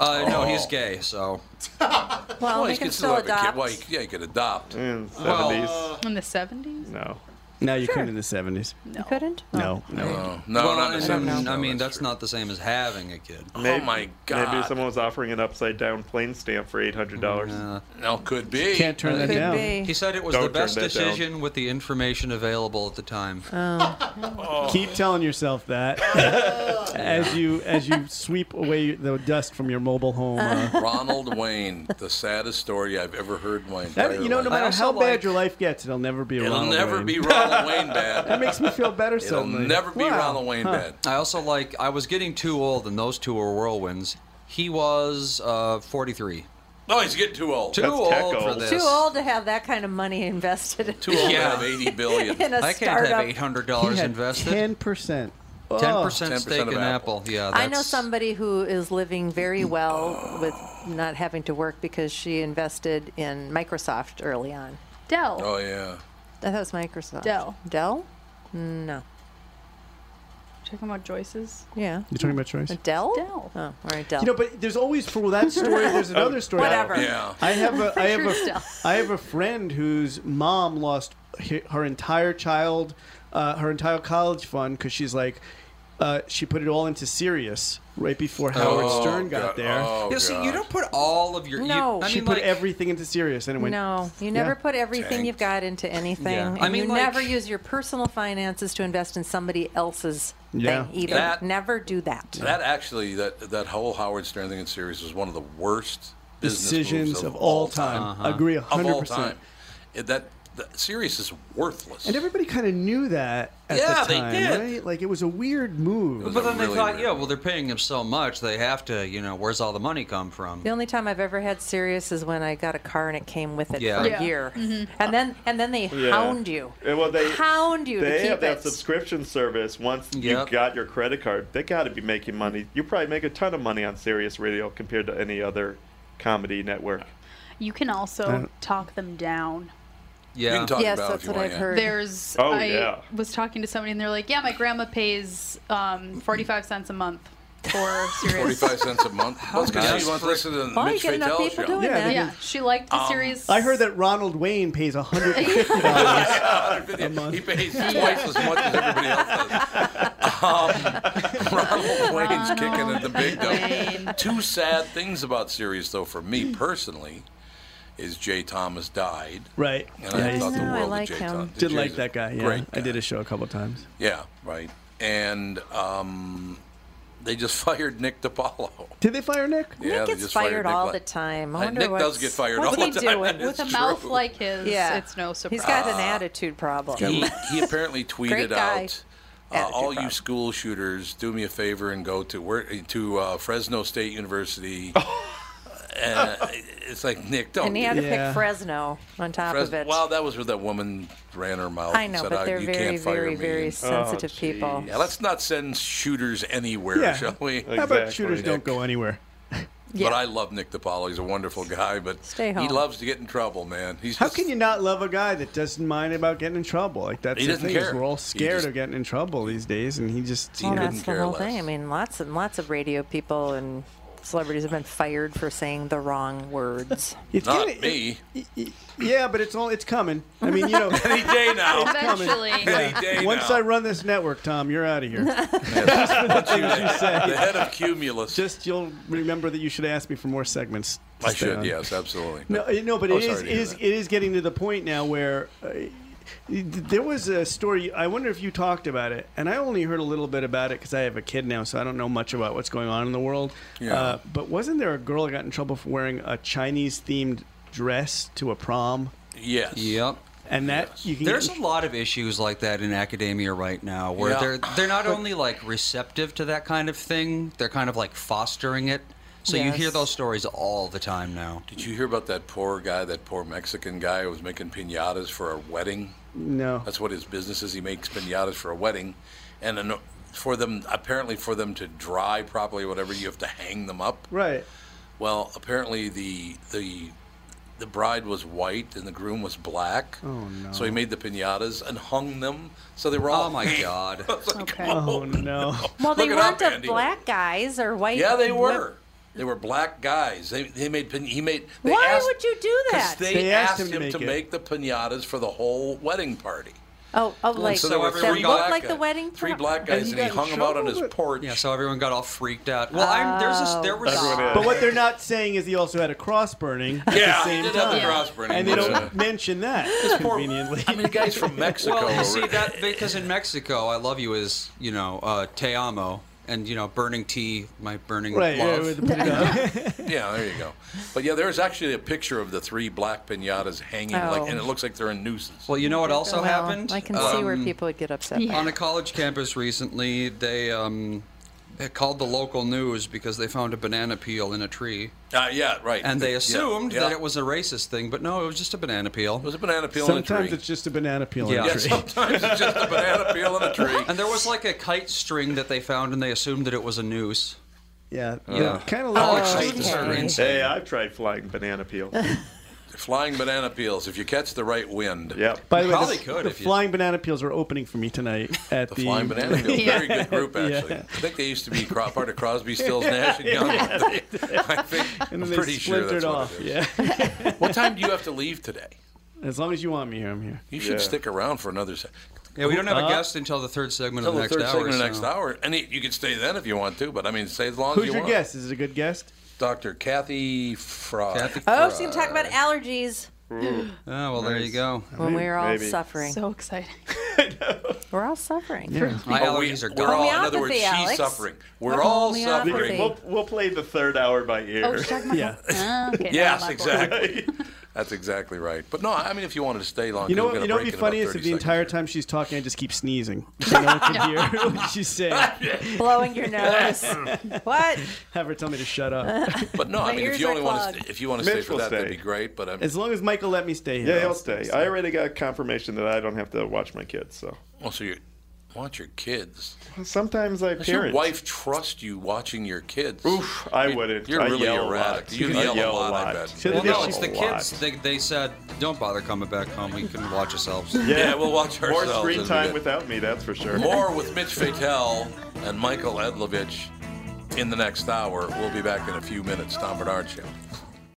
[SPEAKER 6] Uh, No,
[SPEAKER 1] Oh.
[SPEAKER 6] he's gay, so.
[SPEAKER 2] Well,
[SPEAKER 1] Well,
[SPEAKER 2] we
[SPEAKER 1] he
[SPEAKER 2] can
[SPEAKER 1] could still have a
[SPEAKER 2] still
[SPEAKER 1] kid.
[SPEAKER 2] adopt.
[SPEAKER 7] Mm.
[SPEAKER 1] Well, he- yeah, he could adopt.
[SPEAKER 7] In the
[SPEAKER 6] Well,
[SPEAKER 7] 70s.
[SPEAKER 11] In the 70s?
[SPEAKER 7] no.
[SPEAKER 4] No, you couldn't in the 70s.
[SPEAKER 11] No. You
[SPEAKER 2] couldn't?
[SPEAKER 4] No, no.
[SPEAKER 1] No,
[SPEAKER 6] well,
[SPEAKER 1] not
[SPEAKER 6] I,
[SPEAKER 1] in Oh, the
[SPEAKER 6] mean-
[SPEAKER 1] 70s.
[SPEAKER 6] Um, I mean, that's not the same as having a kid.
[SPEAKER 7] Maybe- Maybe
[SPEAKER 6] Maybe
[SPEAKER 7] someone was offering an upside down plane stamp for eight hundred dollars.
[SPEAKER 1] No, could be.
[SPEAKER 6] Can't
[SPEAKER 1] turn that Could down. be.
[SPEAKER 6] He said it was
[SPEAKER 7] Don't
[SPEAKER 6] the best
[SPEAKER 7] turn that down.
[SPEAKER 6] decision with the information available at the time.
[SPEAKER 4] Keep telling yourself that as you as you sweep away the dust from your mobile home. uh,
[SPEAKER 1] Ronald Wayne, the saddest story I've ever heard in my entire
[SPEAKER 4] that, you know, no
[SPEAKER 1] life.
[SPEAKER 4] matter how bad your life gets, it'll never be. a
[SPEAKER 1] It'll
[SPEAKER 4] Ronald
[SPEAKER 1] never
[SPEAKER 4] Wayne.
[SPEAKER 1] be Ronald Wayne bad.
[SPEAKER 4] That makes me feel better
[SPEAKER 1] It'll
[SPEAKER 4] suddenly.
[SPEAKER 1] never be
[SPEAKER 4] Wow.
[SPEAKER 1] Ronald Wayne
[SPEAKER 4] Huh.
[SPEAKER 1] bad.
[SPEAKER 6] I also like. I was getting too old, and those two were whirlwinds. He was uh, 43.
[SPEAKER 1] No, he's getting too old.
[SPEAKER 6] Too old for this.
[SPEAKER 2] Too old to have that kind of money invested.
[SPEAKER 1] Too old to have 80 billion.
[SPEAKER 2] In a
[SPEAKER 6] I can't
[SPEAKER 2] startup.
[SPEAKER 6] have 800 dollars invested.
[SPEAKER 4] Ten percent.
[SPEAKER 6] 10% stake in Apple. Yeah, that's,
[SPEAKER 2] I know somebody who is living very well with not having to work because she invested in Microsoft early on.
[SPEAKER 11] Dell.
[SPEAKER 1] Oh yeah.
[SPEAKER 2] I thought it was Microsoft.
[SPEAKER 11] Dell.
[SPEAKER 2] Dell? No.
[SPEAKER 11] Talking about Joyce's.
[SPEAKER 2] Yeah.
[SPEAKER 4] You talking about choice?
[SPEAKER 2] Dell? Dell. Oh, all right, Dell.
[SPEAKER 4] You know, but there's always for that story. There's
[SPEAKER 2] Oh,
[SPEAKER 4] another story.
[SPEAKER 2] whatever. Yeah.
[SPEAKER 4] I have a I have
[SPEAKER 2] Pretty sure
[SPEAKER 4] a I have a friend whose mom lost hi- her entire child, uh, her entire college fund because she's like, uh, she put it all into Sirius right before Howard
[SPEAKER 6] Oh,
[SPEAKER 4] Stern got
[SPEAKER 6] God.
[SPEAKER 4] there.
[SPEAKER 6] Oh, Yeah, see, you God. don't put all of your- you- No. I
[SPEAKER 4] she
[SPEAKER 6] mean,
[SPEAKER 4] put
[SPEAKER 6] like-
[SPEAKER 4] everything into Sirius and it went.
[SPEAKER 2] no, you never
[SPEAKER 4] Yeah.
[SPEAKER 2] put everything you've got into anything.
[SPEAKER 4] Yeah.
[SPEAKER 2] And
[SPEAKER 4] I mean,
[SPEAKER 2] you
[SPEAKER 4] like-
[SPEAKER 2] never use your personal finances to invest in somebody else's
[SPEAKER 1] Yeah.
[SPEAKER 2] thing either.
[SPEAKER 1] That-
[SPEAKER 2] never do that.
[SPEAKER 1] That actually, that that whole Howard Stern thing in series was one of the worst business
[SPEAKER 4] Decisions
[SPEAKER 1] moves
[SPEAKER 4] of all time. Agree
[SPEAKER 1] Of all
[SPEAKER 4] 100%.
[SPEAKER 1] time. It- that that series is worthless.
[SPEAKER 4] And everybody kind of knew that at
[SPEAKER 1] Yeah,
[SPEAKER 4] the
[SPEAKER 1] they
[SPEAKER 4] time,
[SPEAKER 1] did.
[SPEAKER 4] right? Like it was a weird move.
[SPEAKER 6] But then they thought, yeah, well, they're paying him so much, they have to, you know, where's all the money come from?
[SPEAKER 2] The only time I've ever had serious is when I got a car and it came with it
[SPEAKER 6] Yeah.
[SPEAKER 2] for
[SPEAKER 6] Yeah.
[SPEAKER 2] a year, and then and then they
[SPEAKER 7] Yeah.
[SPEAKER 2] hound you.
[SPEAKER 7] Yeah, well, they
[SPEAKER 2] hound you to
[SPEAKER 7] They
[SPEAKER 2] keep
[SPEAKER 7] have that
[SPEAKER 2] it.
[SPEAKER 7] subscription service. Once
[SPEAKER 6] Yep.
[SPEAKER 7] you got your credit card, they got to be making money. You probably make a ton of money on Sirius Radio compared to any other comedy network.
[SPEAKER 11] You can also
[SPEAKER 7] Uh,
[SPEAKER 11] talk them down.
[SPEAKER 6] Yeah.
[SPEAKER 7] You can talk
[SPEAKER 2] Yes,
[SPEAKER 7] about it
[SPEAKER 2] that's
[SPEAKER 7] if you
[SPEAKER 2] what
[SPEAKER 7] want,
[SPEAKER 2] I've
[SPEAKER 7] yeah.
[SPEAKER 2] heard.
[SPEAKER 11] There's
[SPEAKER 7] Oh,
[SPEAKER 11] I
[SPEAKER 7] yeah.
[SPEAKER 11] was talking to somebody and they're like, "Yeah, my grandma pays um, 45 cents a month for Sirius."
[SPEAKER 1] Forty-five cents a month. Well, because
[SPEAKER 4] nice.
[SPEAKER 1] she wants to listen to the
[SPEAKER 11] Why
[SPEAKER 1] Mitch Fatel show.
[SPEAKER 4] Yeah,
[SPEAKER 11] yeah,
[SPEAKER 4] because-
[SPEAKER 11] she liked the
[SPEAKER 1] Um,
[SPEAKER 11] Sirius.
[SPEAKER 4] I heard that Ronald Wayne pays 150
[SPEAKER 1] he pays twice as much as everybody else does. Um, Ronald Wayne's kicking at the big dog. Two sad things about series, though, for me personally, is Jay Thomas died.
[SPEAKER 4] Right.
[SPEAKER 1] And I thought the
[SPEAKER 2] Oh,
[SPEAKER 1] world of Jay Thomas.
[SPEAKER 4] Did
[SPEAKER 1] Jay's
[SPEAKER 4] like
[SPEAKER 1] a
[SPEAKER 4] that guy. Yeah.
[SPEAKER 1] Great
[SPEAKER 4] I did a show a couple times.
[SPEAKER 1] Yeah, right. And um, they just fired Nick DiPaolo.
[SPEAKER 4] Did they fire Nick?
[SPEAKER 1] Yeah, they
[SPEAKER 2] Nick gets
[SPEAKER 1] just
[SPEAKER 2] fired,
[SPEAKER 1] fired Nick
[SPEAKER 2] all
[SPEAKER 1] Lo-
[SPEAKER 2] the time. I
[SPEAKER 1] Uh,
[SPEAKER 2] wonder
[SPEAKER 1] Nick does
[SPEAKER 2] what's-
[SPEAKER 1] get fired
[SPEAKER 2] what's
[SPEAKER 1] all
[SPEAKER 2] he
[SPEAKER 1] the time.
[SPEAKER 2] Doing?
[SPEAKER 1] That
[SPEAKER 11] with a
[SPEAKER 1] is
[SPEAKER 11] mouth
[SPEAKER 1] true.
[SPEAKER 11] like his,
[SPEAKER 2] Yeah.
[SPEAKER 11] it's no surprise.
[SPEAKER 2] He's got an attitude problem.
[SPEAKER 1] Ah. He, he apparently tweeted
[SPEAKER 2] Great guy.
[SPEAKER 1] out, uh, "All you school shooters, do me a favor and go to where to uh, Fresno State University." and uh, it's like Nick, don't.
[SPEAKER 2] and he had
[SPEAKER 1] do
[SPEAKER 2] to
[SPEAKER 1] that."
[SPEAKER 2] pick Fresno on top
[SPEAKER 1] Fres-
[SPEAKER 2] of it.
[SPEAKER 1] Well, that was where that woman ran her mouth.
[SPEAKER 2] I
[SPEAKER 1] and
[SPEAKER 2] know,
[SPEAKER 1] said,
[SPEAKER 2] but
[SPEAKER 1] "I-
[SPEAKER 2] they're
[SPEAKER 1] you
[SPEAKER 2] very,
[SPEAKER 1] can't fire
[SPEAKER 2] very,
[SPEAKER 1] me."
[SPEAKER 2] very Oh, sensitive geez. people.
[SPEAKER 1] Yeah, let's not send shooters anywhere,
[SPEAKER 4] Yeah.
[SPEAKER 1] shall we?
[SPEAKER 4] How about shooters don't go anywhere?
[SPEAKER 2] Yeah.
[SPEAKER 1] But I love Nick DiPaolo. He's a wonderful guy, but
[SPEAKER 4] Stay
[SPEAKER 1] he
[SPEAKER 4] home.
[SPEAKER 1] loves to get in trouble, man. He's
[SPEAKER 4] How
[SPEAKER 1] just,
[SPEAKER 4] can you not love a guy that doesn't mind about getting in trouble? Like that's
[SPEAKER 1] He
[SPEAKER 4] the
[SPEAKER 1] doesn't
[SPEAKER 4] thing is
[SPEAKER 1] care.
[SPEAKER 4] we're all
[SPEAKER 1] He
[SPEAKER 4] scared
[SPEAKER 1] just-
[SPEAKER 4] of getting in trouble these days, and he just
[SPEAKER 2] Well, that's the whole thing. I mean, lots and lots of radio people and celebrities have been fired for saying the wrong words.
[SPEAKER 4] It's
[SPEAKER 1] Not me.
[SPEAKER 4] Yeah, but it's all it's coming. I mean, you know,
[SPEAKER 1] any day now.
[SPEAKER 4] It's coming.
[SPEAKER 11] Eventually.
[SPEAKER 1] Any day
[SPEAKER 4] Once
[SPEAKER 1] now.
[SPEAKER 4] I run this network, Tom, you're out of here.
[SPEAKER 1] But you-
[SPEAKER 4] you say.
[SPEAKER 1] The head of Cumulus.
[SPEAKER 4] Just you'll remember that you should ask me for more segments. to
[SPEAKER 1] I
[SPEAKER 4] stay
[SPEAKER 1] should,
[SPEAKER 4] on.
[SPEAKER 1] yes, absolutely.
[SPEAKER 4] No, you know, but
[SPEAKER 1] Oh,
[SPEAKER 4] it is
[SPEAKER 1] sorry to hear
[SPEAKER 4] is
[SPEAKER 1] that.
[SPEAKER 4] it is getting to the point now where uh, there was a story. I wonder if you talked about it, and I only heard a little bit about it because I have a kid now, so I don't know much about what's going on in the world.
[SPEAKER 1] Yeah.
[SPEAKER 4] Uh, but wasn't there a girl that got in trouble for wearing a Chinese themed dress to a prom?
[SPEAKER 1] Yes.
[SPEAKER 6] Yep.
[SPEAKER 4] And that you can
[SPEAKER 6] There's a lot of issues like that in academia right now, where
[SPEAKER 4] Yeah.
[SPEAKER 6] they're they're not only like receptive to that kind of thing, they're kind of like fostering it. So you hear
[SPEAKER 1] Yes.
[SPEAKER 6] those stories all the time now.
[SPEAKER 1] Did you hear about that poor guy, that poor Mexican guy who was making pinatas for a wedding?
[SPEAKER 4] No.
[SPEAKER 1] That's what his business is. He makes pinatas for a wedding. And then for them, apparently, for them to dry properly or whatever, you have to hang them up.
[SPEAKER 4] Right.
[SPEAKER 1] Well, apparently, the, the, the bride was white and the groom was black.
[SPEAKER 4] Oh no.
[SPEAKER 1] So he made the pinatas and hung them. So they were all.
[SPEAKER 6] Oh, my God.
[SPEAKER 1] I was like,
[SPEAKER 4] Oh no.
[SPEAKER 2] Well, they
[SPEAKER 1] Look it up,
[SPEAKER 2] weren't of
[SPEAKER 1] Andy.
[SPEAKER 2] black guys or white.
[SPEAKER 1] Yeah, they were. They were black guys. They, they made pin- he made. They
[SPEAKER 2] Why
[SPEAKER 1] asked,
[SPEAKER 2] would you do that?
[SPEAKER 1] Because they, asked, him, to, make,
[SPEAKER 2] it.
[SPEAKER 1] the pinatas for the whole wedding party.
[SPEAKER 2] Oh, oh, like
[SPEAKER 6] so
[SPEAKER 2] that
[SPEAKER 6] everyone got
[SPEAKER 2] looked like
[SPEAKER 6] a-
[SPEAKER 2] the wedding.
[SPEAKER 1] Three
[SPEAKER 2] pro-
[SPEAKER 1] black guys, and he hung them out on his porch.
[SPEAKER 6] Yeah, so everyone got all freaked out. Well, I'm there's a, there was
[SPEAKER 1] Oh.
[SPEAKER 4] But what they're not saying is he also had a cross burning at
[SPEAKER 6] Yeah,
[SPEAKER 4] the
[SPEAKER 6] he
[SPEAKER 4] same
[SPEAKER 6] did have
[SPEAKER 4] time.
[SPEAKER 6] the cross burning,
[SPEAKER 4] And they
[SPEAKER 6] but,
[SPEAKER 4] don't
[SPEAKER 6] uh,
[SPEAKER 4] mention that conveniently. I
[SPEAKER 1] mean, the guy's from
[SPEAKER 6] Well, you see that because in Mexico, "I love you" is you know uh, "te amo" and you know burning tea, my burning
[SPEAKER 1] Right, yeah,
[SPEAKER 6] love.
[SPEAKER 1] with the yeah, there you go. But yeah, there's actually a picture of the three black pinatas hanging,
[SPEAKER 6] Oh.
[SPEAKER 1] like, and it looks like they're in nooses.
[SPEAKER 6] Well, you know what also
[SPEAKER 2] Well,
[SPEAKER 6] happened? Uh,
[SPEAKER 2] I can see
[SPEAKER 1] Um,
[SPEAKER 2] where people would get upset. by
[SPEAKER 6] On a
[SPEAKER 2] that.
[SPEAKER 6] college campus recently, they um, they called the local news because they found a banana peel in a tree.
[SPEAKER 1] Uh, yeah, right.
[SPEAKER 6] And they
[SPEAKER 1] Yeah,
[SPEAKER 6] assumed
[SPEAKER 1] yeah.
[SPEAKER 6] that it was a racist thing, but no, it was just a banana peel. It
[SPEAKER 1] was a banana peel
[SPEAKER 4] Sometimes it's just a banana peel. in a
[SPEAKER 6] Yeah.
[SPEAKER 4] tree.
[SPEAKER 1] Sometimes it's just a banana peel and a tree.
[SPEAKER 6] And there was like a kite string that they found, and they assumed that it was a noose.
[SPEAKER 4] Yeah,
[SPEAKER 6] Yeah.
[SPEAKER 4] kind of
[SPEAKER 7] Oh,
[SPEAKER 6] College
[SPEAKER 4] like
[SPEAKER 6] students are insane.
[SPEAKER 7] Hey, I've tried flying banana peel.
[SPEAKER 1] Flying banana peels, if you catch the right wind.
[SPEAKER 7] Yep.
[SPEAKER 4] By the way,
[SPEAKER 1] Probably
[SPEAKER 4] the,
[SPEAKER 1] could
[SPEAKER 4] the
[SPEAKER 1] if you-
[SPEAKER 4] flying banana peels are opening for me tonight at the,
[SPEAKER 1] Flying Banana Peel, very good group
[SPEAKER 4] Yeah.
[SPEAKER 1] actually. I think they used to be Cro- part of Crosby, Stills, Nash and Young.
[SPEAKER 4] Yeah.
[SPEAKER 1] I think
[SPEAKER 4] And
[SPEAKER 1] I'm
[SPEAKER 4] then they
[SPEAKER 1] pretty sure
[SPEAKER 4] splintered
[SPEAKER 1] that's
[SPEAKER 4] off.
[SPEAKER 1] what it
[SPEAKER 4] Yeah.
[SPEAKER 1] is. what time do you have to leave today?
[SPEAKER 4] As long as you want me here, I'm here.
[SPEAKER 1] You should stick around for another. Se-
[SPEAKER 6] Yeah, we don't have a
[SPEAKER 1] Uh,
[SPEAKER 6] guest until the third segment
[SPEAKER 1] Until
[SPEAKER 6] of the
[SPEAKER 1] the
[SPEAKER 6] next
[SPEAKER 1] third
[SPEAKER 6] hour.
[SPEAKER 1] segment of the
[SPEAKER 6] so-
[SPEAKER 1] next hour, and you could stay then if you want to. But I mean, stay as long
[SPEAKER 4] Who's
[SPEAKER 1] as you
[SPEAKER 4] your
[SPEAKER 1] want.
[SPEAKER 4] guest? Is it a good guest?
[SPEAKER 1] Dr. Kathy Fry.
[SPEAKER 2] Oh, she's gonna talk
[SPEAKER 1] Uh,
[SPEAKER 2] about allergies.
[SPEAKER 1] Ooh.
[SPEAKER 6] Ah, well, there you go.
[SPEAKER 2] When we're all suffering. So exciting. We're all suffering.
[SPEAKER 6] My allergies are
[SPEAKER 1] We're Oh, all, in other
[SPEAKER 2] Homeopathy,
[SPEAKER 1] words, she's
[SPEAKER 2] Alex.
[SPEAKER 1] suffering. We're all
[SPEAKER 2] Homeopathy.
[SPEAKER 1] suffering.
[SPEAKER 7] We'll, we'll play the third hour by ear.
[SPEAKER 1] Oh, she's talking about-
[SPEAKER 4] Yeah.
[SPEAKER 1] yes, exactly. That's exactly right. But no, I mean, if you wanted to stay long,
[SPEAKER 4] You know,
[SPEAKER 1] we're
[SPEAKER 4] what-
[SPEAKER 1] gonna
[SPEAKER 4] you know what
[SPEAKER 1] break
[SPEAKER 4] would be
[SPEAKER 1] in about
[SPEAKER 4] funny is if
[SPEAKER 1] 30
[SPEAKER 4] the
[SPEAKER 1] seconds.
[SPEAKER 4] entire time she's talking, I just keep sneezing. So no one can hear what she's saying.
[SPEAKER 2] Blowing your nose. what?
[SPEAKER 4] Have her tell me to shut up.
[SPEAKER 1] But no,
[SPEAKER 2] My
[SPEAKER 1] I mean, if
[SPEAKER 2] ears
[SPEAKER 1] you
[SPEAKER 2] are
[SPEAKER 1] only want to,
[SPEAKER 2] clogged.
[SPEAKER 1] if you want to
[SPEAKER 7] Mitch
[SPEAKER 1] stay for
[SPEAKER 7] will
[SPEAKER 1] that, that'd
[SPEAKER 7] stay.
[SPEAKER 1] be great. But I'm,
[SPEAKER 4] As long as Michael let me stay here.
[SPEAKER 7] Yeah,
[SPEAKER 4] I'll
[SPEAKER 7] he'll stay. I already got confirmation that I don't have to watch my kids. So
[SPEAKER 1] well, so you want your kids?
[SPEAKER 7] sometimes I
[SPEAKER 1] Does your
[SPEAKER 7] parent.
[SPEAKER 1] wife trust you watching your kids? Oof,
[SPEAKER 7] I wouldn't.
[SPEAKER 1] You're
[SPEAKER 7] I
[SPEAKER 1] really
[SPEAKER 7] yell a
[SPEAKER 1] erratic.
[SPEAKER 7] lot.
[SPEAKER 1] You
[SPEAKER 7] I
[SPEAKER 1] yell,
[SPEAKER 7] yell
[SPEAKER 1] a
[SPEAKER 7] a
[SPEAKER 1] lot. I
[SPEAKER 7] lot.
[SPEAKER 1] bet.
[SPEAKER 7] Should
[SPEAKER 6] Well,
[SPEAKER 7] Yeah,
[SPEAKER 6] no, it's the
[SPEAKER 7] a lot.
[SPEAKER 6] kids. They, they said, don't bother coming back home. We can watch ourselves.
[SPEAKER 7] Yeah. Yeah,
[SPEAKER 1] we'll watch
[SPEAKER 7] More
[SPEAKER 1] ourselves as
[SPEAKER 7] screen
[SPEAKER 1] we
[SPEAKER 7] time
[SPEAKER 1] get-
[SPEAKER 7] without me, that's for sure.
[SPEAKER 1] More with Mitch Fatel and Michael Edlovich in the next hour. We'll be back in a few minutes. Tom Bernard Show.